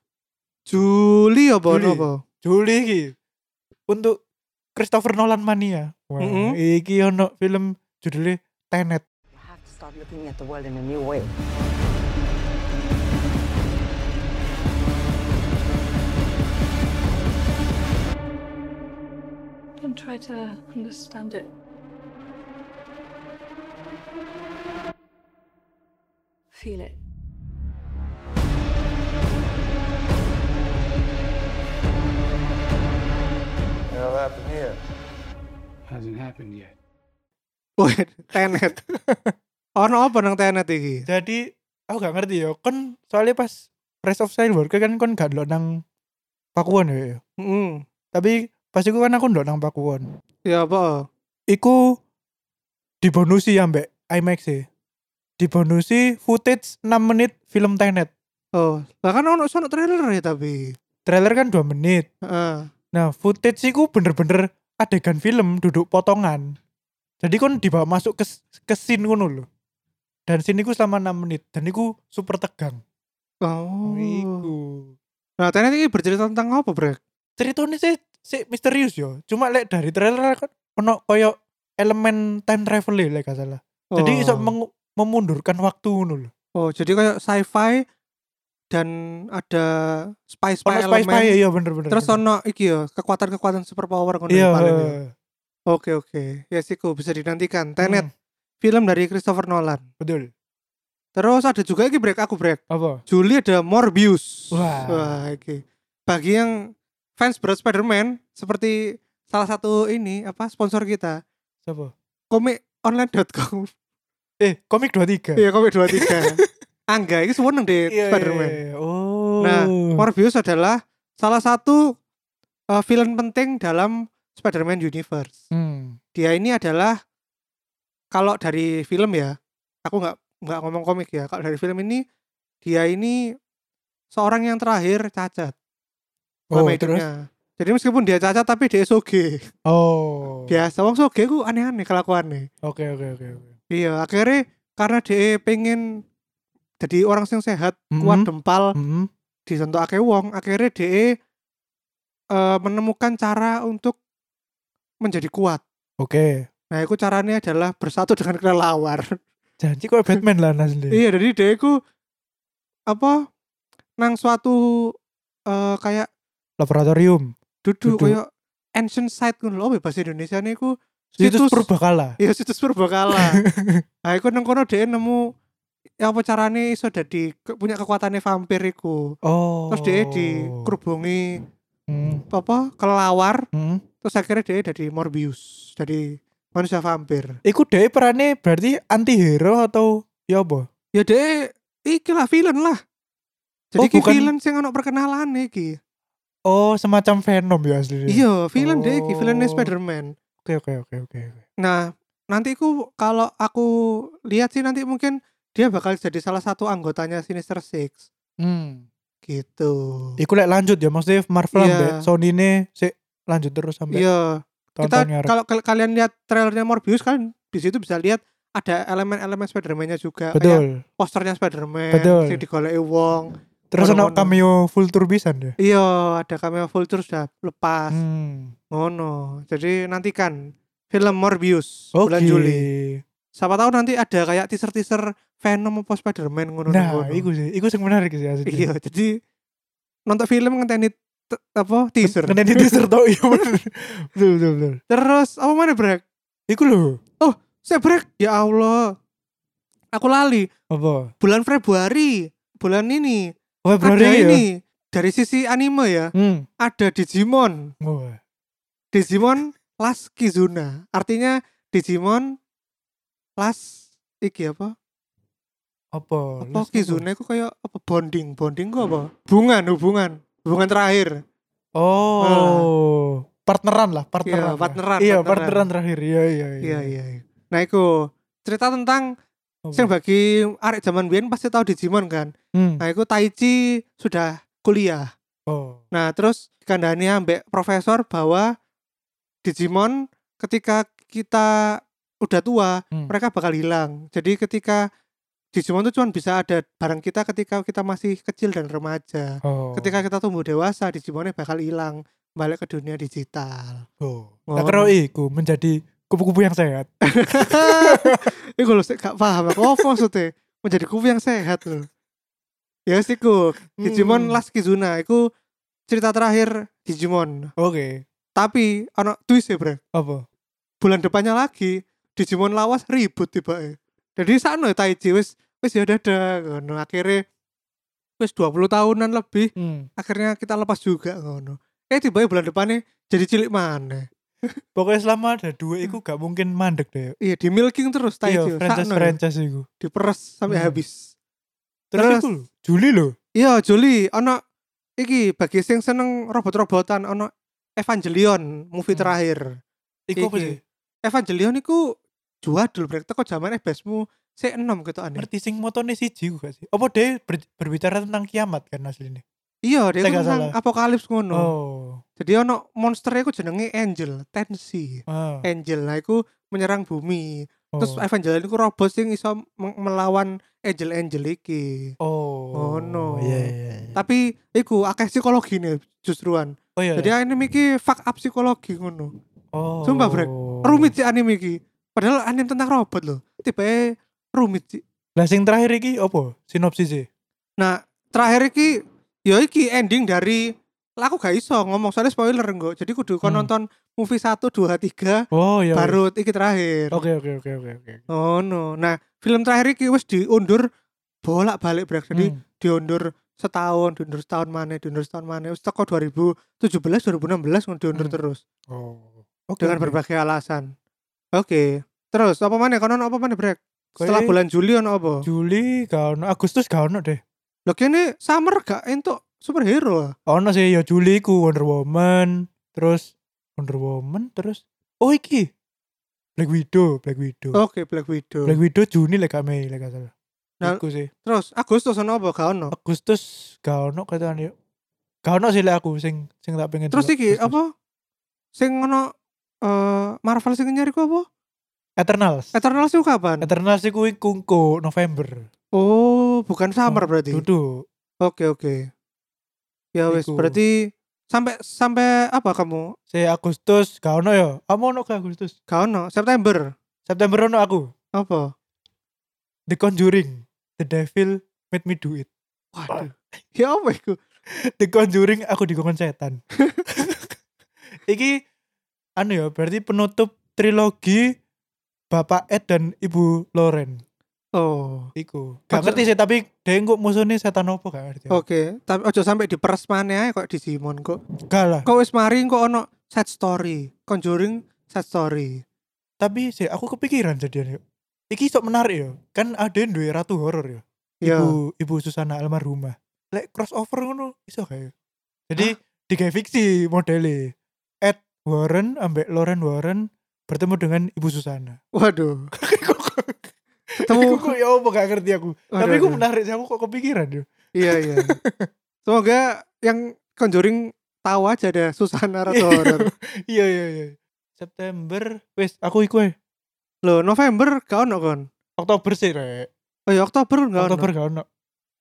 Juli apa
Juli.
apa?
Juli iki untuk Christopher Nolan mania Wah,
Mm-mm.
iki ono film judulnya Tenet
You have to start looking at the world in a new way.
And try to understand it. Feel it.
I hasn't happened yet.
Wait, tenet. Ono apa nang tenet iki?
Jadi aku gak ngerti ya. Kon soalnya pas Rise of Skywalker kan kon gak ndelok nang Pakuan ya. ya.
Mm,
Tapi pas iku kan aku ndelok nang Pakuan.
ya apa?
Iku dibonusi ya mbak IMAX e. Dibonusi footage 6 menit film Tenet.
Oh, bahkan ono sono trailer ya tapi.
Trailer kan 2 menit.
Heeh.
Nah, footage iku bener-bener adegan film duduk potongan. Jadi kon dibawa masuk ke ke scene ngono lho. Dan scene iku selama 6 menit dan iku super tegang.
Oh.
Iku.
Nah, tenet iki bercerita tentang apa, Brek?
Ceritanya sih sih misterius yo. Cuma lek dari trailer kan ono koyo elemen time travel ya, lek gak salah. Jadi iso mengu- memundurkan waktu ngono lho.
Oh, jadi kayak sci-fi dan ada spy
Ono
spy elemen.
spy-spy ya bener-bener.
Terus ono iki yo, kekuatan-kekuatan superpower ngono
iya.
paling ya. Oke, oke. Ya siku bisa dinantikan. Tenet,
Hmm,
film dari Christopher Nolan.
betul.
Terus ada juga iki Brek, aku Brek.
Apa?
Juli ada Morbius.
Wah.
iki. Bagi yang fans berat Spider-Man seperti salah satu ini apa sponsor kita,
Siapa?
komikonline.com.
Eh, komik 23.
Iya, komik 23. Angga ini seneng deh
Iya,
Spider-Man.
iya, iya. Oh.
Nah, Morbius adalah salah satu uh, villain penting dalam Spider-Man universe.
Hmm.
Dia ini adalah kalau dari film ya, aku nggak nggak ngomong komik ya. Kalau dari film ini dia ini seorang yang terakhir cacat.
Oh,
selama
terus?
hidupnya. Jadi meskipun dia cacat tapi dia soge.
Oh.
Biasa wong soge ku aneh-aneh kelakuannya.
Oke, oke, oke, oke.
Iya, akhirnya karena dia pengen jadi orang yang sehat, kuat
Mhm.
dempal,
Hmm.
disentokake wong, akhirnya dia eh, menemukan cara untuk menjadi kuat.
Oke.
Nah, itu caranya adalah bersatu dengan kelelawar.
Janji kok Batman lah asli.
iya, jadi dia itu apa nang suatu eh, kayak
Laboratorium.
duduk,
Duduk.
kayak ancient site ngono lho, apa ya, bahasa Indonesia niku
Situs
Situs-
purbakala.
ya situs purbakala. Nah, iku nang kono dhek nemu ya apa carane iso dadi ke- punya kekuatannya vampir iku.
Oh.
Terus dia dikerubungi
Hmm.
apa kelelawar,
Hmm.
terus akhirnya dia dari Morbius, dari manusia vampir.
Iku dhewe perannya berarti anti hero atau ya apa?
Ya dia iki lah villain lah. Jadi
Oh,
iki
bukan-
villain sing ono perkenalan iki.
Oh, semacam Venom ya asli.
Iya, villain dia iki, villainnya
Oh.
Spider-Man.
Oke, oke, oke, oke. oke.
Nah, nanti ku kalau aku lihat sih nanti mungkin dia bakal jadi salah satu anggotanya Sinister Six
Hmm.
gitu.
Iku lek lanjut ya maksudnya Marvel
Iya.
ambek Sony ini sik lanjut terus sampai
Iya, kita
tahun-tahun ngarep.
kalau kal- kalian lihat trailernya Morbius kan di situ bisa lihat ada elemen-elemen Spider-Man-nya juga.
Betul.
Kayak posternya Spider-Man,
Betul.
sing digoleki wong.
Terus ono
ono-ono.
cameo full tour pisan ya.
Iya, ada cameo full terus sudah lepas.
Hmm.
Ngono. Jadi nantikan film Morbius
Oke.
bulan Juli. Siapa tahu nanti ada kayak teaser-teaser Venom apa Spider-Man ngono
Nah, iku sih, iku sing menarik sih asli.
Iya, jadi nonton film ngenteni te- apa teaser.
Kena di teaser tau iya bener. Betul betul betul.
Terus apa mana brek?
Iku lho.
Saya brek. Ya Allah. Aku lali.
Apa?
bulan Februari bulan ini
Februari
ada
ya.
ini dari sisi anime ya
Hmm.
ada Digimon
Wah.
Digimon Last Kizuna artinya Digimon Last iki apa apa
Apa? Oh, Last apa? Hmm.
Kizuna itu kayak apa bonding bonding gua apa hubungan hubungan hubungan terakhir
Oh. Partneran lah,
Iya,
partneran. lah.
partneran,
Iya,
partneran.
partneran terakhir. Iya, iya,
iya iya iya nah itu cerita tentang yang bagi arek zaman biyen pasti tahu Digimon kan
Hmm.
nah itu Taichi sudah kuliah
Oh.
Nah terus kandani ambek profesor bahwa Digimon ketika kita udah tua
Hmm.
mereka bakal hilang. Jadi ketika Digimon itu cuma bisa ada barang kita ketika kita masih kecil dan remaja.
Oh.
Ketika kita tumbuh dewasa Digimonnya bakal hilang balik ke dunia digital.
Oh.
Oh.
Lah karo iku menjadi kupu-kupu yang sehat.
Iku lho sik gak paham aku apa maksudnya menjadi kubu yang sehat loh. Ya sih ku Digimon
Hmm.
Last Kizuna itu cerita terakhir Digimon.
Oke.
Tapi anak twist ya, Bre.
Apa?
bulan depannya lagi Digimon lawas ribut tiba jadi sana Taiji wis wis ya dadah ngono akhirnya wis 20 tahunan lebih
Hmm.
akhirnya kita lepas juga ngono eh tiba bulan depannya jadi cilik mana
Pokoknya selama ada dua itu gak mungkin mandek deh.
Iya di milking terus tai
Iya,
Cio.
franchise
Sakno. ya,
franchise itu.
Diperes sampai
Hmm.
habis.
Terus, itu Juli loh.
Iya Juli, ono iki bagi sing seneng robot-robotan ono Evangelion movie
Hmm.
terakhir.
Iku apa
Iki.
sih?
Evangelion iku juadul brek teko zamane besmu sik enom ketokane.
Ngerti sing motone siji ku gak sih? Apa dia ber- berbicara tentang kiamat kan aslinya?
Iya, dia
Saya
iku
gak
nang
salah.
apokalips ngono.
Oh.
Jadi ono monster iku jenenge Angel, Tensi.
Ah.
Angel nah iku menyerang bumi. Terus
Oh.
Evangelion iku robot sing iso meng- melawan angel-angel iki.
Oh.
Oh, no.
Iya, iya, iya.
Tapi iku akeh psikologine justruan.
Oh iya.
Jadi anime iki fuck up psikologi ngono.
oh.
Sumpah, Brek. rumit sih anime iki. Padahal anime tentang robot loh. Tiba rumit sih.
Lah sing terakhir iki apa? Sinopsis sih.
Nah, terakhir iki ya iki ending dari lah aku gak iso ngomong soalnya spoiler enggak. Jadi kudu kon
Hmm.
nonton movie 1 2 3
Oh iya. iya.
baru iki terakhir.
Oke oke oke oke oke.
Oh no. Nah, film terakhir iki wis diundur bolak-balik brek. Jadi
Hmm.
diundur setahun, diundur setahun mana, diundur setahun mana. Wis teko 2017 2016 ngono diundur
Hmm.
terus
Oh. Oke.
dengan
oke.
berbagai alasan. Oke. Terus apa mana konon apa mana brek? Setelah
Kayak-
bulan Juli ono apa?
Juli gak ono, Agustus gak ono deh.
Loh kene summer gak entuk superhero. ah?
Ono sih ya Juli ku Wonder Woman, terus Wonder Woman, terus oh iki Black Widow, Black Widow.
Oke, Black Widow.
Black Widow Juni lah gak Mei lah gak salah.
Nah-
Iku sih.
Terus Agustus ono apa gak ono?
Agustus gak ono katanya. Gak ono sih lah aku sing sing tak pengen.
Terus
delok.
iki
Agustus.
apa? Sing ono eh, Marvel sing nyari ku apa?
Eternals.
Eternals itu kapan?
Eternals sih kuwi kungko November.
Oh, bukan summer berarti.
Duduk.
Oke, oke. Ya wis,
Iku.
berarti sampai sampai apa kamu?
Si Agustus gak ono ya. Kamu ono gak Agustus?
Gak ono September.
September ono aku.
Apa?
The Conjuring, The Devil Made Me Do It.
Waduh. Ya apa iku?
The Conjuring aku digongon setan. Iki anu ya, berarti penutup trilogi Bapak Ed dan Ibu Loren.
Oh.
Iku. Gak
Ojo-
ngerti sih, tapi dia kok musuhnya setan apa gak
Ya.
ngerti. aku.
Oke, tapi ojo sampai di peres maneh ae kok di Simon kok.
Gak lah.
Kok wis mari kok ono sad story, Conjuring sad story.
Tapi sih aku kepikiran jadian yuk. Iki sok menarik ya. Kan ada yang duwe ratu horor ya.
Ya.
Ibu Ibu Susana almarhumah. Lek crossover ngono iso gak ya? Jadi tiga fiksi modelnya. Ed Warren ambek Loren Warren bertemu dengan Ibu Susana.
Waduh.
Aku
Ketemu
kok ya apa gak ngerti aku. Tapi
Aduh,
aku
aduh.
menarik sih aku kok kepikiran yo.
Iya, iya. Semoga yang Conjuring tahu aja deh Susana Ratu Horor.
Iya iya iya. September wes aku iku eh.
Loh, November gak ono kon.
Oktober sih rek.
Oh ya Oktober gak
Oktober
ono.
gak ono.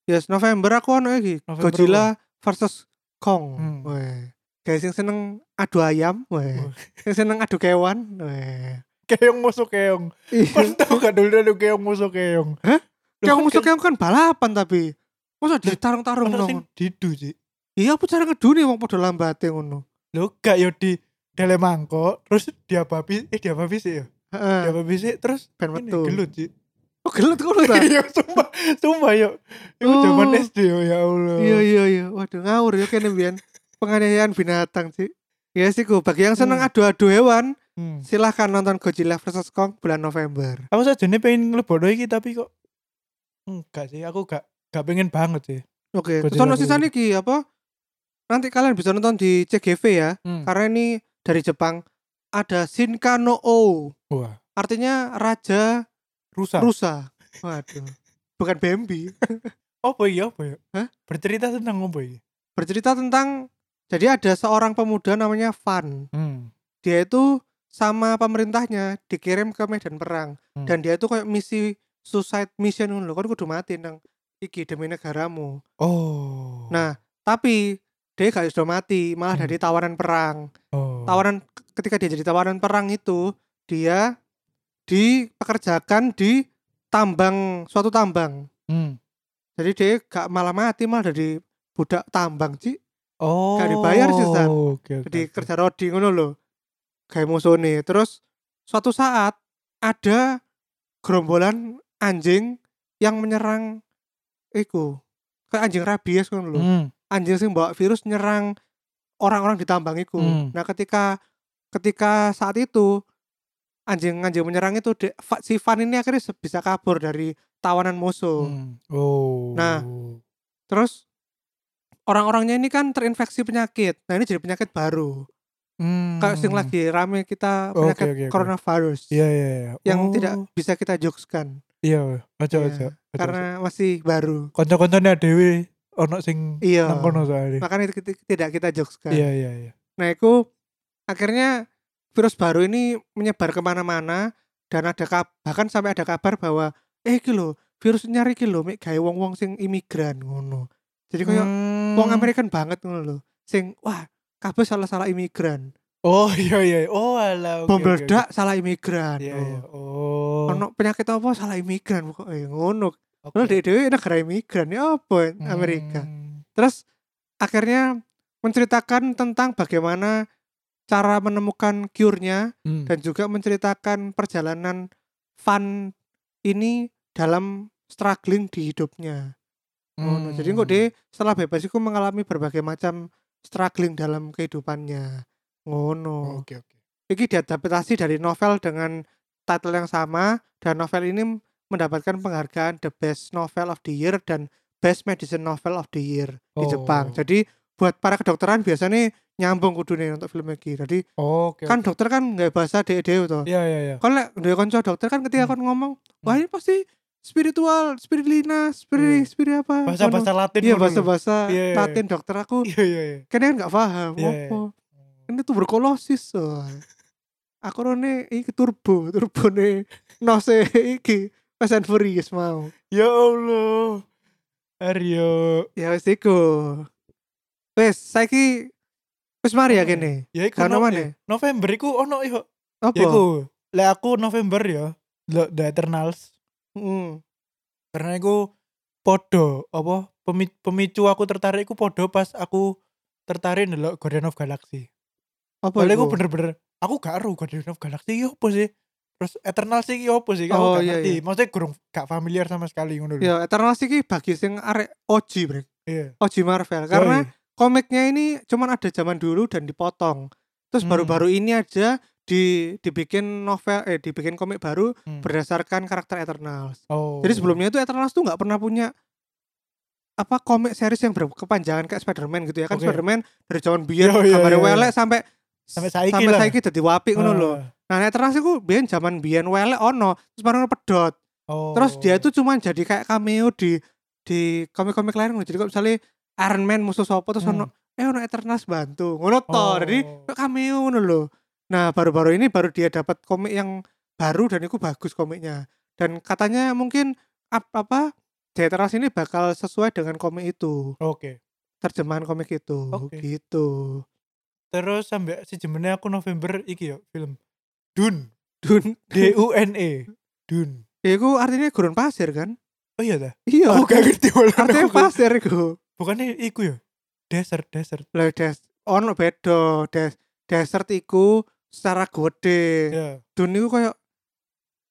Yes, November aku ono iki.
November
Godzilla versus Kong.
Hmm.
Weh. Guys yang seneng adu ayam, weh.
Wah.
Yang seneng adu kewan, weh.
Keong musuh keong. Kan
Iya.
tau gak dulu dulu keong musuh keong.
Hah?
Loh,
Keong
kan
musuh
kan
keong kan balapan tapi. Masa ditarung-tarung
ono sing
ngono.
didu sih.
Iya, apa cara ngedune wong padha lambate ngono.
Lo gak yo di dele mangkok terus diababi eh diababi sih ya.
Heeh.
Diababi sih terus
Ben Nah.
ini
metu.
gelut sih.
Oh, gelut ngono ta?
Iya sumpah sumpah yo. Iku
Oh.
zaman SD yo ya Allah.
Iya iya iya. Waduh ngawur ya kene mbiyen. Penganiayaan binatang sih. Ya sih ku bagi yang seneng
Hmm.
adu-adu hewan,
Hmm.
silahkan nonton Godzilla vs Kong bulan November.
Aku sajane pengen nglebokno iki tapi kok enggak sih aku gak gak pengen banget sih.
Oke, terus
Godzilla
ono sisane iki apa? Nanti kalian bisa nonton di CGV ya.
Hmm. Ah,
Karena ini dari Jepang ada Shinka no O.
Wah,
Artinya raja
rusak.
rusa. Waduh. Bukan Bambi.
apa iya apa ya?
Hah?
Bercerita tentang apa iki?
Bercerita tentang jadi ada seorang pemuda namanya Van.
Hmm.
Dia itu sama pemerintahnya dikirim ke medan perang.
Hmm.
dan dia itu kayak misi suicide mission ngono lho kan kudu mati nang iki demi negaramu
Oh.
nah tapi dia gak sudah mati malah
Hmm.
dari tawanan perang
Oh.
tawanan ketika dia jadi tawanan perang itu dia dipekerjakan di tambang suatu tambang
Hmm.
jadi dia gak malah mati malah dari budak tambang sih
Oh.
Gak dibayar sih, Stan.
Oke, oke.
jadi
oke.
kerja rodi ngono lho kayak musuhnya terus suatu saat ada gerombolan anjing yang menyerang iku kayak anjing rabies ngono lho
Hmm.
anjing sing bawa virus nyerang orang-orang di tambang iku
Hmm.
nah ketika ketika saat itu anjing-anjing menyerang itu de- Fa- si Van ini akhirnya se- bisa kabur dari tawanan musuh.
Hmm. Oh.
Nah. Terus orang-orangnya ini kan terinfeksi penyakit. Nah ini jadi penyakit baru.
Hmm.
Kayak sing lagi rame kita
Oke,
penyakit
oke, oke.
coronavirus
Iya, iya, iya.
yang
Oh,
tidak bisa kita jokeskan
Iya, aja
Iya,
aja.
karena masih baru.
kanca-kancane dhewe ono sing
Iya. kan.
nang kono soalnya.
Makanya itu kita- tidak kita jokeskan.
Iya, iya, iya.
Nah itu akhirnya virus baru ini menyebar kemana-mana dan ada kab- bahkan sampai ada kabar bahwa eh iki lho, virus nyari iki lho mek gawe wong-wong sing imigran ngono. Jadi kayak
Hmm.
wong American banget ngono lho. Sing wah kabeh salah-salah imigran.
Oh, iya, iya. Oh, alah. oke,
Bom
oke, oke.
meledak salah imigran. Oh.
Iya, iya. Oh.
Ono penyakit apa salah imigran pokoknya ngono.
oke.
Padahal dhewe negara imigran ya apa Amerika.
Hmm.
Terus akhirnya menceritakan tentang bagaimana cara menemukan cure-nya
Hmm.
dan juga menceritakan perjalanan Van ini dalam struggling di hidupnya. Ngono. Jadi kok
Hmm.
dia setelah bebas itu mengalami berbagai macam struggling dalam kehidupannya. Ngono.
Oke, oke.
Iki diadaptasi dari novel dengan title yang sama dan novel ini mendapatkan penghargaan The Best Novel of the Year dan Best Medicine Novel of the Year di
Oh.
Jepang. Jadi buat para kedokteran biasanya nyambung kudune untuk film iki. Jadi
Oke.
kan dokter kan nggak bahasa dhewe-dhewe to
Iya, iya, iya.
kalau dari konco dokter kan ketika
Hmm.
kon ngomong wah ini pasti spiritual spirulina spirit
Iya.
spirit apa
Bahasa-bahasa Latin.
Ngono. iya
ngono.
bahasa bahasa
Iya, iya,
latin dokter aku
Iya, iya, iya.
kayaknya kan nggak paham
Iya, iya.
apa Kan ini tuberkulosis so. aku rone iki turbo turbo nih nose iki Fast and Furious mau
Ya Allah. Aryo.
ya wis iku wis saiki wis mari ya kene
Ya iku
Karena
no-
mana?
eh, November iku ono yo. Ya
apa
iku. Lek aku November ya. Lo The Eternals.
Mm.
Karena iku podo apa pemi- pemicu aku tertarik iku podo pas aku tertarik ndelok Guardian of Galaxy.
apa
Soalnya aku
iku?
bener-bener aku gak aru Guardian of Galaxy iki apa sih? Terus Eternal sih iki apa sih? Aku
Oh,
gak
iya,
ngerti. Maksudnya gurung gak familiar sama sekali ngono lho.
ya Eternals iki bagi sing arek OG brek
Iya.
OG Marvel karena
Yoi.
komiknya ini cuman ada zaman dulu dan dipotong. Terus
Hmm.
baru-baru ini aja di dibikin novel eh dibikin komik baru
Hmm.
berdasarkan karakter Eternals.
Oh.
Jadi sebelumnya itu Eternals tuh nggak pernah punya apa komik series yang berkepanjangan kayak Spider-Man gitu ya kan
Oke.
Spider-Man dari zaman biyen
Yo, yo,
kabarnya
yo, yo.
welek sampai
Sampai saiki
sampai
lah.
saiki dadi wapik ngono lho.
Ah.
Nah, Eternals itu biyen zaman biyen welek ono terus baru pedot
Oh.
Terus dia itu cuman jadi kayak cameo di di komik-komik lain ngono. Jadi kalau misalnya Iron Man musuh sopo terus
Hmm.
ono eh ono Eternals bantu. Ngono to.
Oh.
Jadi kok cameo ngono lho. Nah, baru-baru ini baru dia dapat komik yang baru dan itu bagus komiknya. Dan katanya mungkin ap- apa The Eternals ini bakal sesuai dengan komik itu,
Oke.
terjemahan komik itu
Oke.
gitu.
Terus sampai si jemennya aku November iki yo film Dune.
Dun,
D U N E. Dune.
itu artinya gurun pasir kan?
Oh iya dah.
Iya.
Aku gak ngerti walaupun
Artinya
aku-
pasir itu.
Bukannya iku ya? Desert, desert.
Lah des ono beda des desert iku secara gede.
Ya.
Dun iku koyo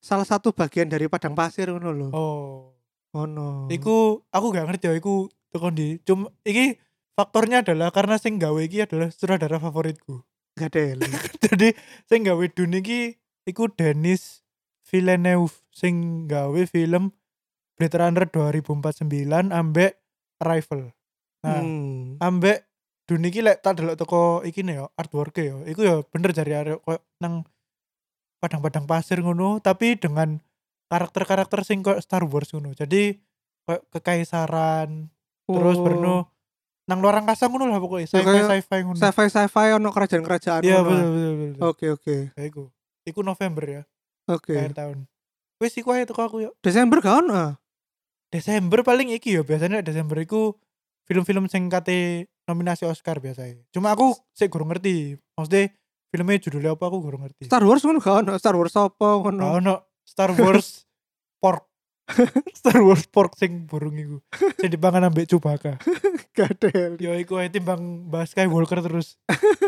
salah satu bagian dari padang pasir ngono lho.
Oh.
Ngono.
Iku aku gak ngerti ya iku tekan di. Cuma iki faktornya adalah karena sing gawe iki adalah sutradara favoritku.
gadel.
Jadi sing gawe Dune iki iku Denis Villeneuve sing gawe film Blade Runner 2049 ambek Arrival. Nah,
Hmm.
ambek Dune iki lek tak delok teko iki ne yo artwork yo. Iku yo bener jari arek koyo nang padang-padang pasir ngono tapi dengan karakter-karakter sing koyo Star Wars ngono. Jadi koyo kekaisaran terus
Oh.
berno nang luar angkasa ngono lah pokoknya
Ya,
sci-fi
kayak
sci-fi ngono.
sci-fi sci-fi ono kerajaan-kerajaan
Iya
ngono.
betul betul betul. betul.
Oke oke
Ya, iku. Iku November ya,
oke.
akhir tahun. Wis iku ae teko aku yo.
Desember gak ono.
Iya.
ah?
Desember paling iki yo biasanya Desember iku film-film sing kate nominasi Oscar biasanya. Cuma aku sik kurang ngerti. Maksudnya filmnya judulnya apa aku kurang ngerti.
Star Wars ngono gak ono. Star Wars apa ngono?
Gak ono. Star Wars pork. Star Wars pork sing burung iku. Sing dipangan ambek Chewbacca.
Gadel.
Yo iku ae timbang bahas Skywalker terus.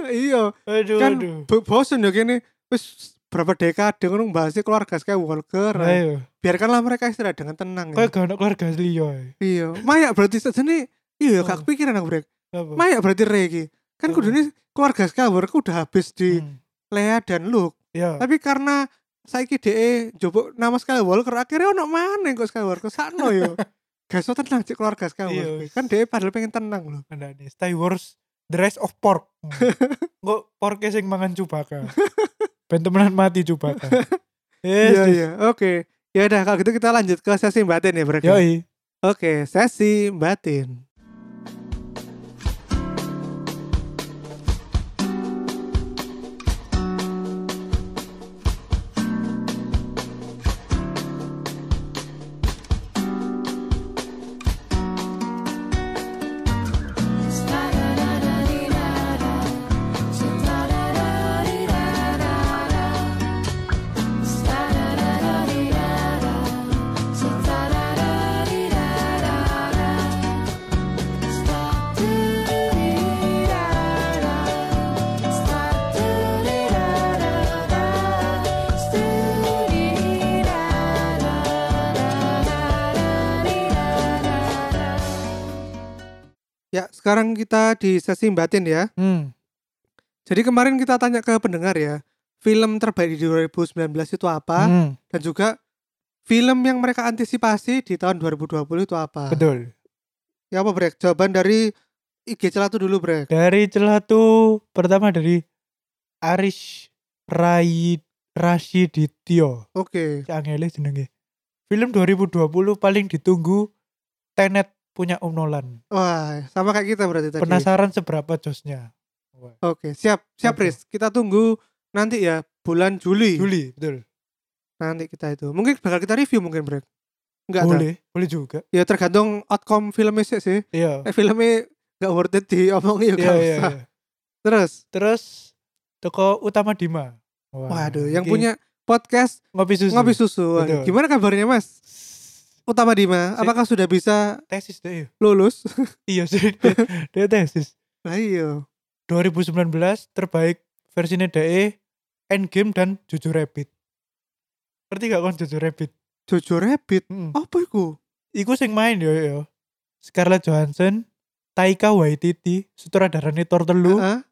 iya,
Aduh
Kan
aduh.
bo- bosen ya kene. Wis berapa dekade ngono bahasnya keluarga Skywalker. ah.
Ayo.
Biarkanlah mereka istirahat dengan tenang ya.
Kayak iya, gak ono keluarga asli yo. ae.
Iya, Maya berarti sejene iya
Oh.
gak kepikiran aku brek.
Apa?
Maya berarti re iki. Kan
Oh.
kudune keluarga Skywalker udah habis di
Hmm.
Lea dan Luke.
Ya.
Tapi karena saiki DE jopo nama Skywalker akhirnya ono maneh kok Skywalker sakno yo. Gaso tenang cek keluarga Skywalker.
Iya.
Kan DE padahal pengen tenang loh.
Ada nih Star Wars The Rise of Pork. Hmm. Nggak porknya e sing mangan Chewbacca. Ben temenan mati Chewbacca.
Iya
Yes, yes.
iya. Oke. Ya udah kalau gitu kita lanjut ke sesi batin ya, Bro.
Yoi.
Oke, sesi batin. Ya, sekarang kita di sesi batin ya.
Hmm.
Jadi kemarin kita tanya ke pendengar ya, film terbaik di 2019 itu apa?
hmm,
Dan juga film yang mereka antisipasi di tahun 2020 itu apa?
Betul.
Ya apa Brek? Jawaban dari IG Celatu dulu Brek.
Dari celatu pertama dari Arish Rai Rashidityo.
Oke.
Angele jenenge. Film 2020 paling ditunggu Tenet punya Om Nolan.
Wah, sama kayak kita berarti tadi.
Penasaran seberapa josnya?
Oke, siap. Siap,
Oke.
Riz. Kita tunggu nanti ya bulan Juli.
Juli, betul.
Nanti kita itu. Mungkin bakal kita review mungkin, Brek. Enggak ada.
boleh, boleh juga.
Ya tergantung outcome filmnya sih. sih.
Iya.
Eh, filmnya nggak worth it diomongin ya
Iya,
nggak
iya,
usah.
iya.
Terus,
Terus toko utama Dima. Wah,
waduh, yang
iki
punya podcast
ngopi susu.
ngopi susu.
Betul.
Gimana kabarnya, Mas? Utama Dima,
Si-
apakah sudah bisa
tesis deh.
lulus?
Iya sih, dia, dia tesis.
Lah iya.
2019 terbaik versinya DE Endgame dan Jojo Rabbit. Ngerti gak kon Jojo Rabbit?
Jojo Rabbit.
Mm.
Apa itu?
Iku sing main yo yo. Scarlett Johansson, Taika Waititi, sutradarane Thor telu,
Heeh.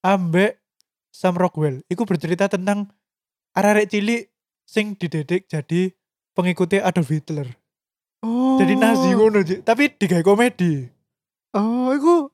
ambek Sam Rockwell. Iku bercerita tentang arek cilik sing dididik jadi pengikuti Adolf Hitler.
Oh.
Jadi Nazi ngono, Ji. tapi digawe komedi.
Oh, itu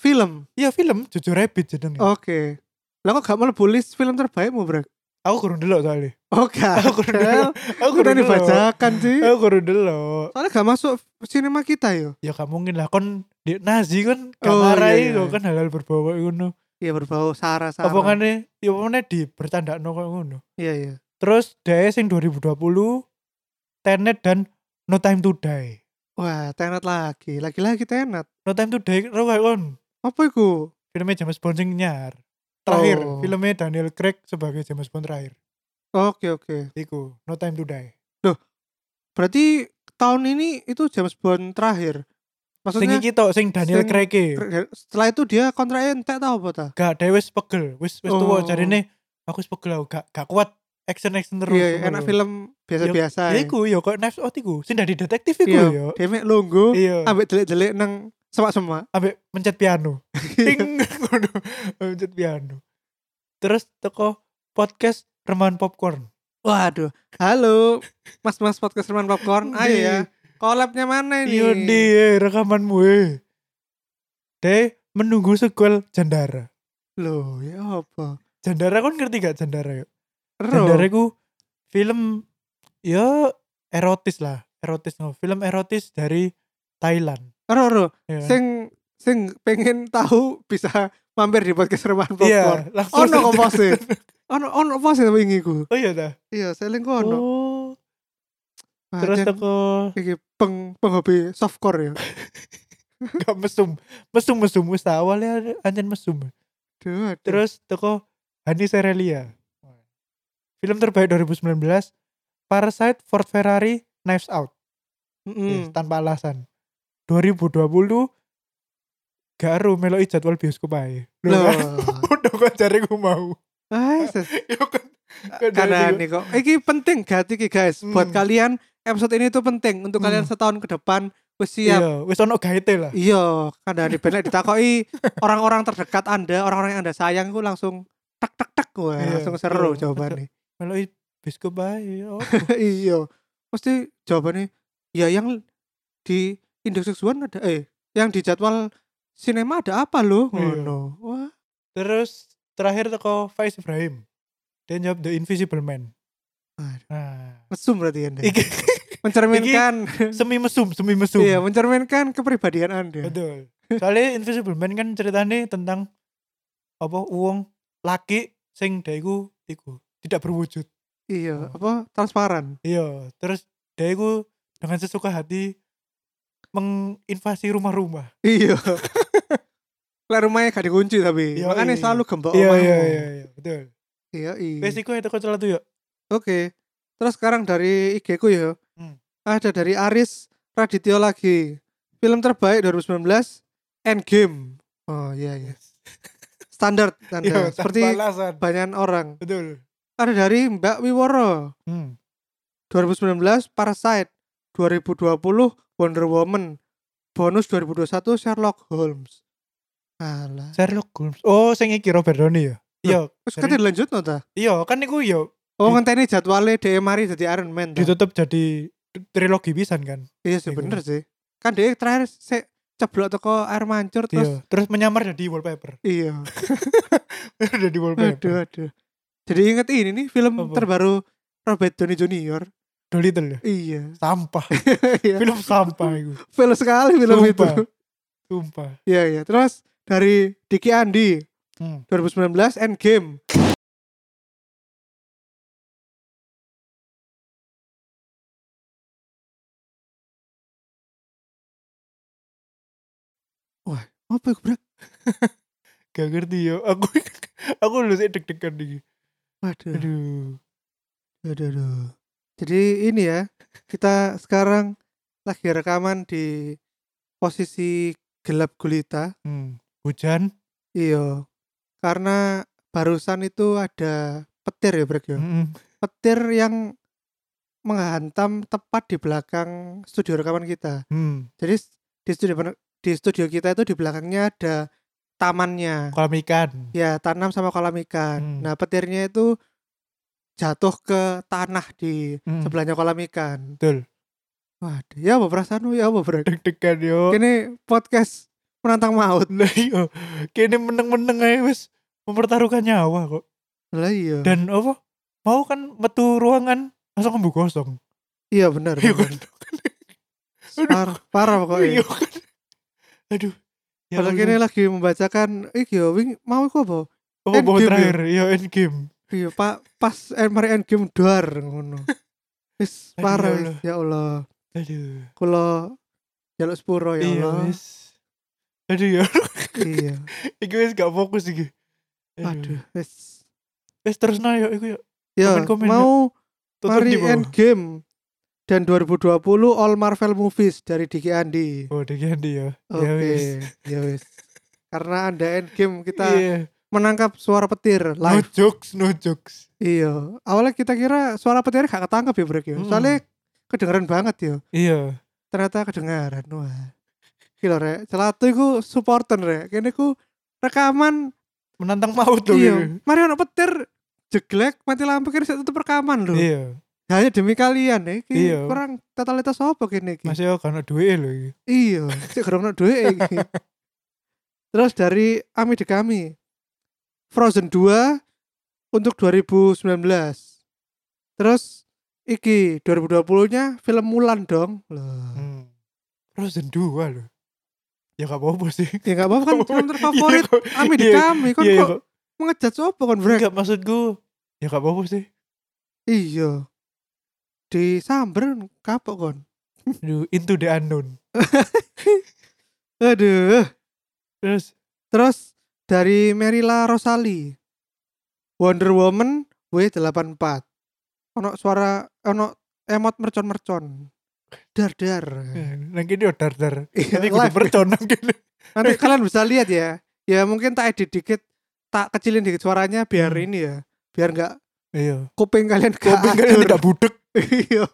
film.
Iya film Jojo Rabbit jenenge.
Oh. Oke. Lah kok gak mlebu list film terbaikmu, Bro?
Aku kurang delok soalnya.
Oke.
Aku kurang delok. Aku Eh.
Aku udah
kurang delok.
dibacakan sih.
Aku kurang delok.
Soalnya gak masuk sinema kita yo.
Ya gak mungkin lah kon di Nazi kan gak
Oh, iya,
marai
iya.
kok kan halal berbau kayak ngono.
Iya berbau sara sara.
Opongane ya opongane di bercandakno kayak ngono.
Iya iya.
Terus DE sing 2020 Tenet dan No Time to Die.
Wah, tenat lagi. Lagi-lagi tenat.
No Time to Die ro kayak kon.
Apa iku?
Filmnya James Bond sing nyar. Terakhir,
Oh.
filmnya Daniel Craig sebagai James Bond terakhir.
Oke, oke.
Iku, No Time to Die.
Berarti tahun ini itu James Bond terakhir.
Sing
Maksudnya
iki tok sing Daniel
sing-
Craig e.
setelah itu dia kontraknya entek tau apa ta?
Gak dhewe wis pegel, wis wis tuwa
Oh.
jarine aku wis pegel aku gak gak kuat action action terus.
Iya, iya, enak film biasa-biasa.
Ya iku ya kok Knives Out iku, sing dari detektif iku
Iya,
ya.
demek lungguh
Iya,
ambek delik-delik nang semak-semak.
ambek mencet piano.
Iya.
Ting ngono. mencet piano. Terus teko podcast Remahan Popcorn.
Waduh, halo mas-mas podcast Reman Popcorn, ayo ya. Collabnya mana ini?
Iya di rekamanmu eh. Deh menunggu sequel Jandara.
Loh, ya apa?
Jandara kan ngerti gak Jandara? yuk? Jandara
Ro.
ku film ya erotis lah, erotis no. Film erotis dari Thailand.
Ro, ro.
ya kan?
Sing sing pengen tahu bisa mampir di podcast Reman Popcorn.
Iya, langsung.
Ono kok pose. Ono ono pose sama ingiku.
Oh iya dah.
Iya, seling ku ono.
Oh,
Wah,
terus
Jack,
teko
iki peng penghobi softcore ya.
gak mesum. Mesum mesum wis tak awalnya anjen mesum.
Iya. Aduh, aduh.
Terus toko Hani Serelia. Film terbaik 2019 Parasite, Ford Ferrari, Knives Out. Eh,
Mm-mm.
tanpa alasan. 2020 Garu meloi jadwal bioskop ae. Lho,
Loh.
kan? Udah kok jari ku mau.
Ah, ses-
Yo kan. kan
karena
jari ku-
nih kok iki penting gak iki guys buat
Hmm.
kalian episode ini tuh penting untuk kalian
Hmm.
setahun ke depan wis siap
Iya, wis ono gaite lah.
iya karena di benek ditakoki orang-orang terdekat anda orang-orang yang anda sayang itu langsung tak tak tak wah
Iya,
langsung seru
iya.
jawabannya
Kalau biskup bae. Oh,
iya mesti jawabannya ya yang di indeks seksual ada eh yang di jadwal sinema ada apa loh
Iya.
ngono wah
Terus terakhir teko Faiz Ibrahim. Dia jawab The Invisible Man.
Aduh.
Nah,
mesum berarti anda
iki
mencerminkan
semi mesum, semi mesum.
iya mencerminkan kepribadian anda
Betul. Soalnya Invisible Man kan ceritanya tentang apa uang laki sing dia iku iku tidak berwujud.
iya apa transparan
Iya, terus dia iku dengan sesuka hati menginvasi rumah-rumah.
iya lah rumahnya gak dikunci tapi
Iya,
makanya
iya.
selalu gembok
Iya,
omahmu.
iya, iya, iya, betul.
iya iya
Wes iku itu kocel tuh ya.
Oke. Terus sekarang dari IG ku ya.
Hmm.
Ada dari Aris Radityo lagi. Film terbaik 2019 Endgame. Oh iya iya. Standar standar.
Iya, tanpa
Seperti
alasan.
banyak orang.
Betul.
Ada dari Mbak Wiworo.
Hmm.
2019 Parasite. 2020 Wonder Woman. Bonus 2021 Sherlock Holmes. Alah.
Sherlock Holmes. Oh, sing iki Robert Downey ya. Iya,
Terus
dari-
kita dilanjut no ta?
iya kan iku yo
Oh
Di-
ngenteni jadwalnya DM Mari jadi Iron Man. ta?
ditutup jadi trilogi pisan kan.
Iya sih
Iku.
bener sih. Kan dia terakhir se ceblok teko air mancur terus
Iya. Terus menyamar jadi wallpaper.
iya.
jadi wallpaper.
Aduh aduh. Jadi inget ini nih film
Apa?
terbaru Robert Downey Jr.
Dolittle ya.
Iya.
Sampah.
Iya.
film sampah iku.
Film sekali film itu.
Sumpah. Sumpah.
Iya iya. Terus dari Diki Andi
Hmm.
2019 Endgame. Wah, apa ya, Brek?
Gak ngerti yo. Aku aku lu sih deg-degan iki. Hmm.
Waduh.
Aduh.
Aduh, aduh. Jadi ini ya, kita sekarang lagi rekaman di posisi gelap gulita.
Hmm. Hujan.
Iya. Karena barusan itu ada petir ya, Brek ya.
Mm-mm.
Petir yang menghantam tepat di belakang studio rekaman kita.
Hmm.
Jadi s- di studio pen- di studio kita itu di belakangnya ada tamannya.
Kolam ikan.
Ya, tanam sama kolam ikan.
Hmm.
Nah, petirnya itu jatuh ke tanah di
Hmm.
sebelahnya kolam ikan.
Betul.
Waduh, ya apa perasaanmu ya apa bro?
Deg-degan yo.
Ini podcast menantang maut.
Lah iya. Kene meneng-meneng ae wis mempertaruhkan nyawa kok.
Lah iya.
Dan apa? Mau kan metu ruangan langsung kembu kosong.
Iya benar.
Iya
benar.
kan?
Parah, parah
Iya
pokoknya.
kan? Aduh. Ya
Padahal kini lagi membacakan iki yo wing mau iku apa?
Oh, bawa
Endgame ya?
terakhir. Iya, endgame.
Iya, Pak, pas eh, mari endgame duar ngono. Wis
Aduh,
parah
ya
wis.
Allah.
ya Allah.
Aduh.
Kula jaluk sepuro ya
iya,
Allah.
wis. Aduh ya.
Iya.
Iki wis gak fokus iki. Iya.
Aduh, wis.
Wis terus nah yuk, iku yuk.
Ya,
Komen-komen,
mau
Tutup
mari
di bawah.
endgame dan 2020 All Marvel Movies dari Diki Andi.
Oh, diganti ya.
Oke,
Ya wis.
ya wis. Karena anda endgame kita
Iya.
menangkap suara petir
No
live.
jokes, no jokes.
Iya. Awalnya kita kira suara petir gak ketangkep ya Brek ya.
Mm-mm.
Soalnya kedengeran banget ya.
Iya.
Ternyata kedengeran. Wah. Gila rek. Celatu iku supporter rek. Kene ku rekaman.
Menantang maut loh. gitu.
iya. Mari ono petir jeglek mati lampu kene saya tutup rekaman
gitu.
lho.
Iya.
Hanya demi kalian ya. Iki
Iya.
kurang totalitas apa kene iki?
Masih yo kan duwe lho iki.
Iya, sik geromno dhuwit iki. Terus dari Ami de Kami. Frozen 2 untuk 2019. Terus iki 2020-nya film Mulan dong. Loh.
Hmm. Frozen 2 loh. Ya gak apa-apa sih.
Ya enggak apa-apa kan film terfavorit
Iya, kok.
Ami de
Iya,
Kami kan
iya, iya,
kok mengejat sapa kon brek?
Enggak maksudku. Ya gak apa-apa sih.
Iya. Disamber kapok kon.
Aduh, into the unknown.
Aduh.
Terus
Terus dari Merila Rosali. Wonder Woman W84. Ono suara ono emot mercon-mercon. Dar-dar.
eh, nang kene yo dar-dar.
Iya,
Tapi
live.
kudu percon nang kene.
Nanti kalian bisa lihat ya. Ya mungkin tak edit dikit, tak kecilin dikit suaranya biar
Hmm.
ini ya. Biar nggak
Iya.
kuping kalian gak
Kuping kalian
atur.
kan tidak budek.
Iya.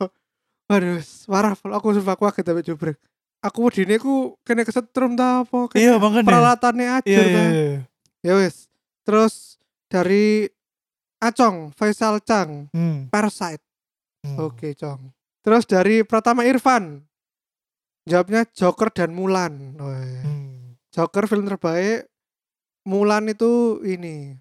Waduh, parah Pol. aku sumpah aku kaget sampe jubrek. Aku wedine ku kena kesetrum ta apa? kena
Iya, makanya.
Peralatannya aja
Iya, iya, iya.
Ya wis. Terus dari Acong Faisal Chang
Hmm.
Parasite.
Hmm.
Oke, Cong. Terus dari Pratama Irfan. Jawabnya Joker dan Mulan. Wah.
Hmm.
Joker film terbaik. Mulan itu ini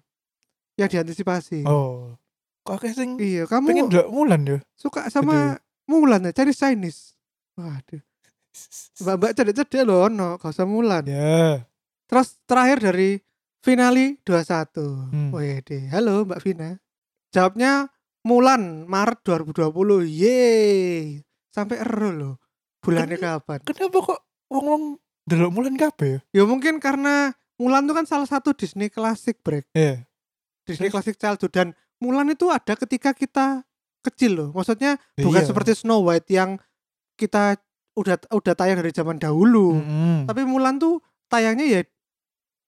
yang diantisipasi.
Oh. Kok kayak sing
Iya,
pengen
kamu
ndelok Mulan ya?
suka sama Mulan ya? Cari Chinese. Waduh. Mbak-mbak cedek-cedek loh, no, gak usah Mulan.
Ya.
Terus terakhir dari Finali 21.
Hmm.
Wede. Halo Mbak Vina. Jawabnya Mulan Maret 2020. Yeay. Sampai ero loh. Bulannya kapan?
Kenapa kok wong-wong ndelok Mulan kabeh
Ya
ya?
mungkin karena Mulan itu kan salah satu Disney klasik break.
Iya.
Disney
Terus?
klasik childhood dan Mulan itu ada ketika kita kecil loh. Maksudnya bukan
Iya.
seperti Snow White yang kita udah udah tayang dari zaman dahulu.
Mm-mm.
Tapi Mulan tuh tayangnya ya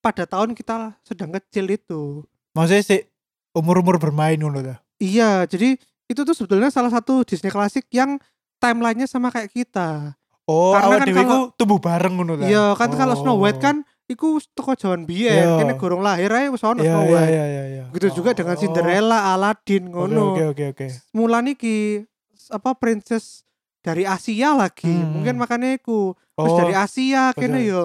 pada tahun kita sedang kecil itu.
Maksudnya sih umur-umur bermain ngono ta.
Iya, jadi itu tuh sebetulnya salah satu Disney klasik yang timelinenya sama kayak kita.
Oh,
Karena
awak
kan
dhewe iku
kalau-
tumbuh bareng ngono ta.
Iya, kan kalau
Oh.
Snow White kan iku toko jaman biyen,
Iya.
kene gorong lahir ae wis ono
Iya,
Snow
iya,
White.
iya, iya, iya.
Begitu juga dengan
Oh.
Cinderella, Aladdin
Oke,
ngono.
Oke, oke, oke.
Mulan iki s- apa princess dari Asia lagi.
Hmm.
Mungkin makanya iku terus
Oh,
dari Asia kene
betul.
yo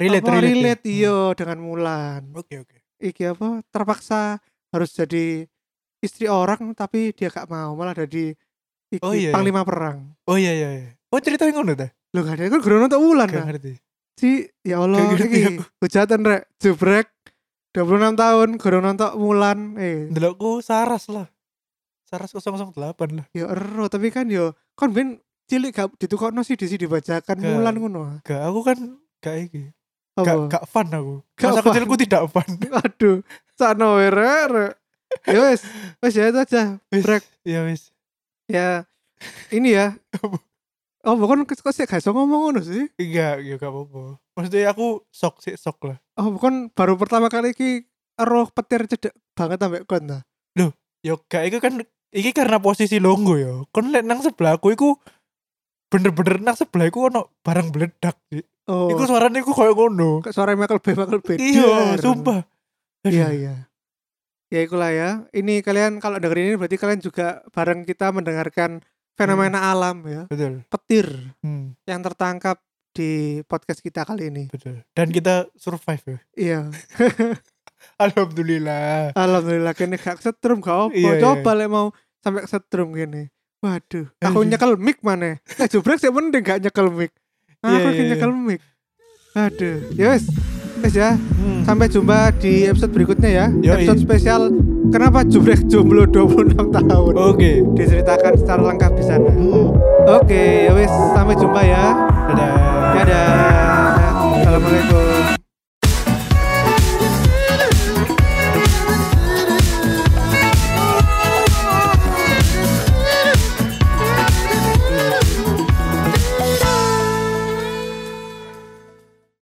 relate,
apa,
relate.
relate
ya.
iya dengan Mulan.
Hmm. Oke, oke.
Iki apa terpaksa harus jadi istri orang tapi dia gak mau malah jadi iki
Oh, iya, iya.
panglima perang.
Oh iya, iya, iya. Oh, ceritanya ngono ta?
Loh gak ada kan gerona tak wulan
Gak
nah.
ngerti.
Ci, ya Allah
Gak ngerti
iki hujatan rek jubrek 26 tahun gerona tak Mulan. Eh,
Delokku Saras lah. Saras 008 lah.
ya ero tapi kan yo kon ben cilik gak ditukokno sih disi dibacakan
Gak.
Mulan ngono.
Gak, aku kan gak iki.
Apa?
Gak, gak fun aku.
Gak
Masa
fun.
kecilku tidak fun.
Aduh, sakno wae, rek. rek. Ya wes, wes ya itu aja.
Wis,
Brek.
Ya wis.
Ya ini ya.
Apa?
Oh, bukan kok sih gak iso ngomong ngono sih.
Enggak, ya gak apa-apa. Maksudnya aku sok sih sok lah.
Oh, bukan baru pertama kali iki roh petir cedek banget sampe kon ta.
Yo gak iku kan iki karena posisi longgo yo. Kon lek nang sebelahku iku bener-bener nang sebelah iku ono barang meledak. Ji.
Oh.
Iku suaranya iku koyo ngono.
Kok suara Michael Bay Michael Bay.
Iya,
Dar.
sumpah. Aduh.
Iya, iya. Ya ikulah ya. Ini kalian kalau dengerin ini berarti kalian juga bareng kita mendengarkan fenomena
Hmm.
alam ya.
Betul.
Petir
Hmm,
yang tertangkap di podcast kita kali ini.
betul. Dan kita survive ya.
Iya.
Alhamdulillah.
Alhamdulillah kene gak setrum gak apa.
Iya, iya. iya.
Coba lek mau sampai setrum gini. Waduh, aku
Aduh.
nyekel mic mana? Nah, jubrek sih mending gak nyekel mic. Aku
Iya, iya,
yang
iya.
nyekel mic. Aduh, ya wes. Wes ya.
Hmm.
Sampai jumpa di episode berikutnya ya.
Yoi.
Episode spesial Kenapa Jubrek Jomblo 26 tahun.
Oke.
Diceritakan secara lengkap di sana.
Hmm.
Oke, ya wes sampai jumpa ya.
Dadah.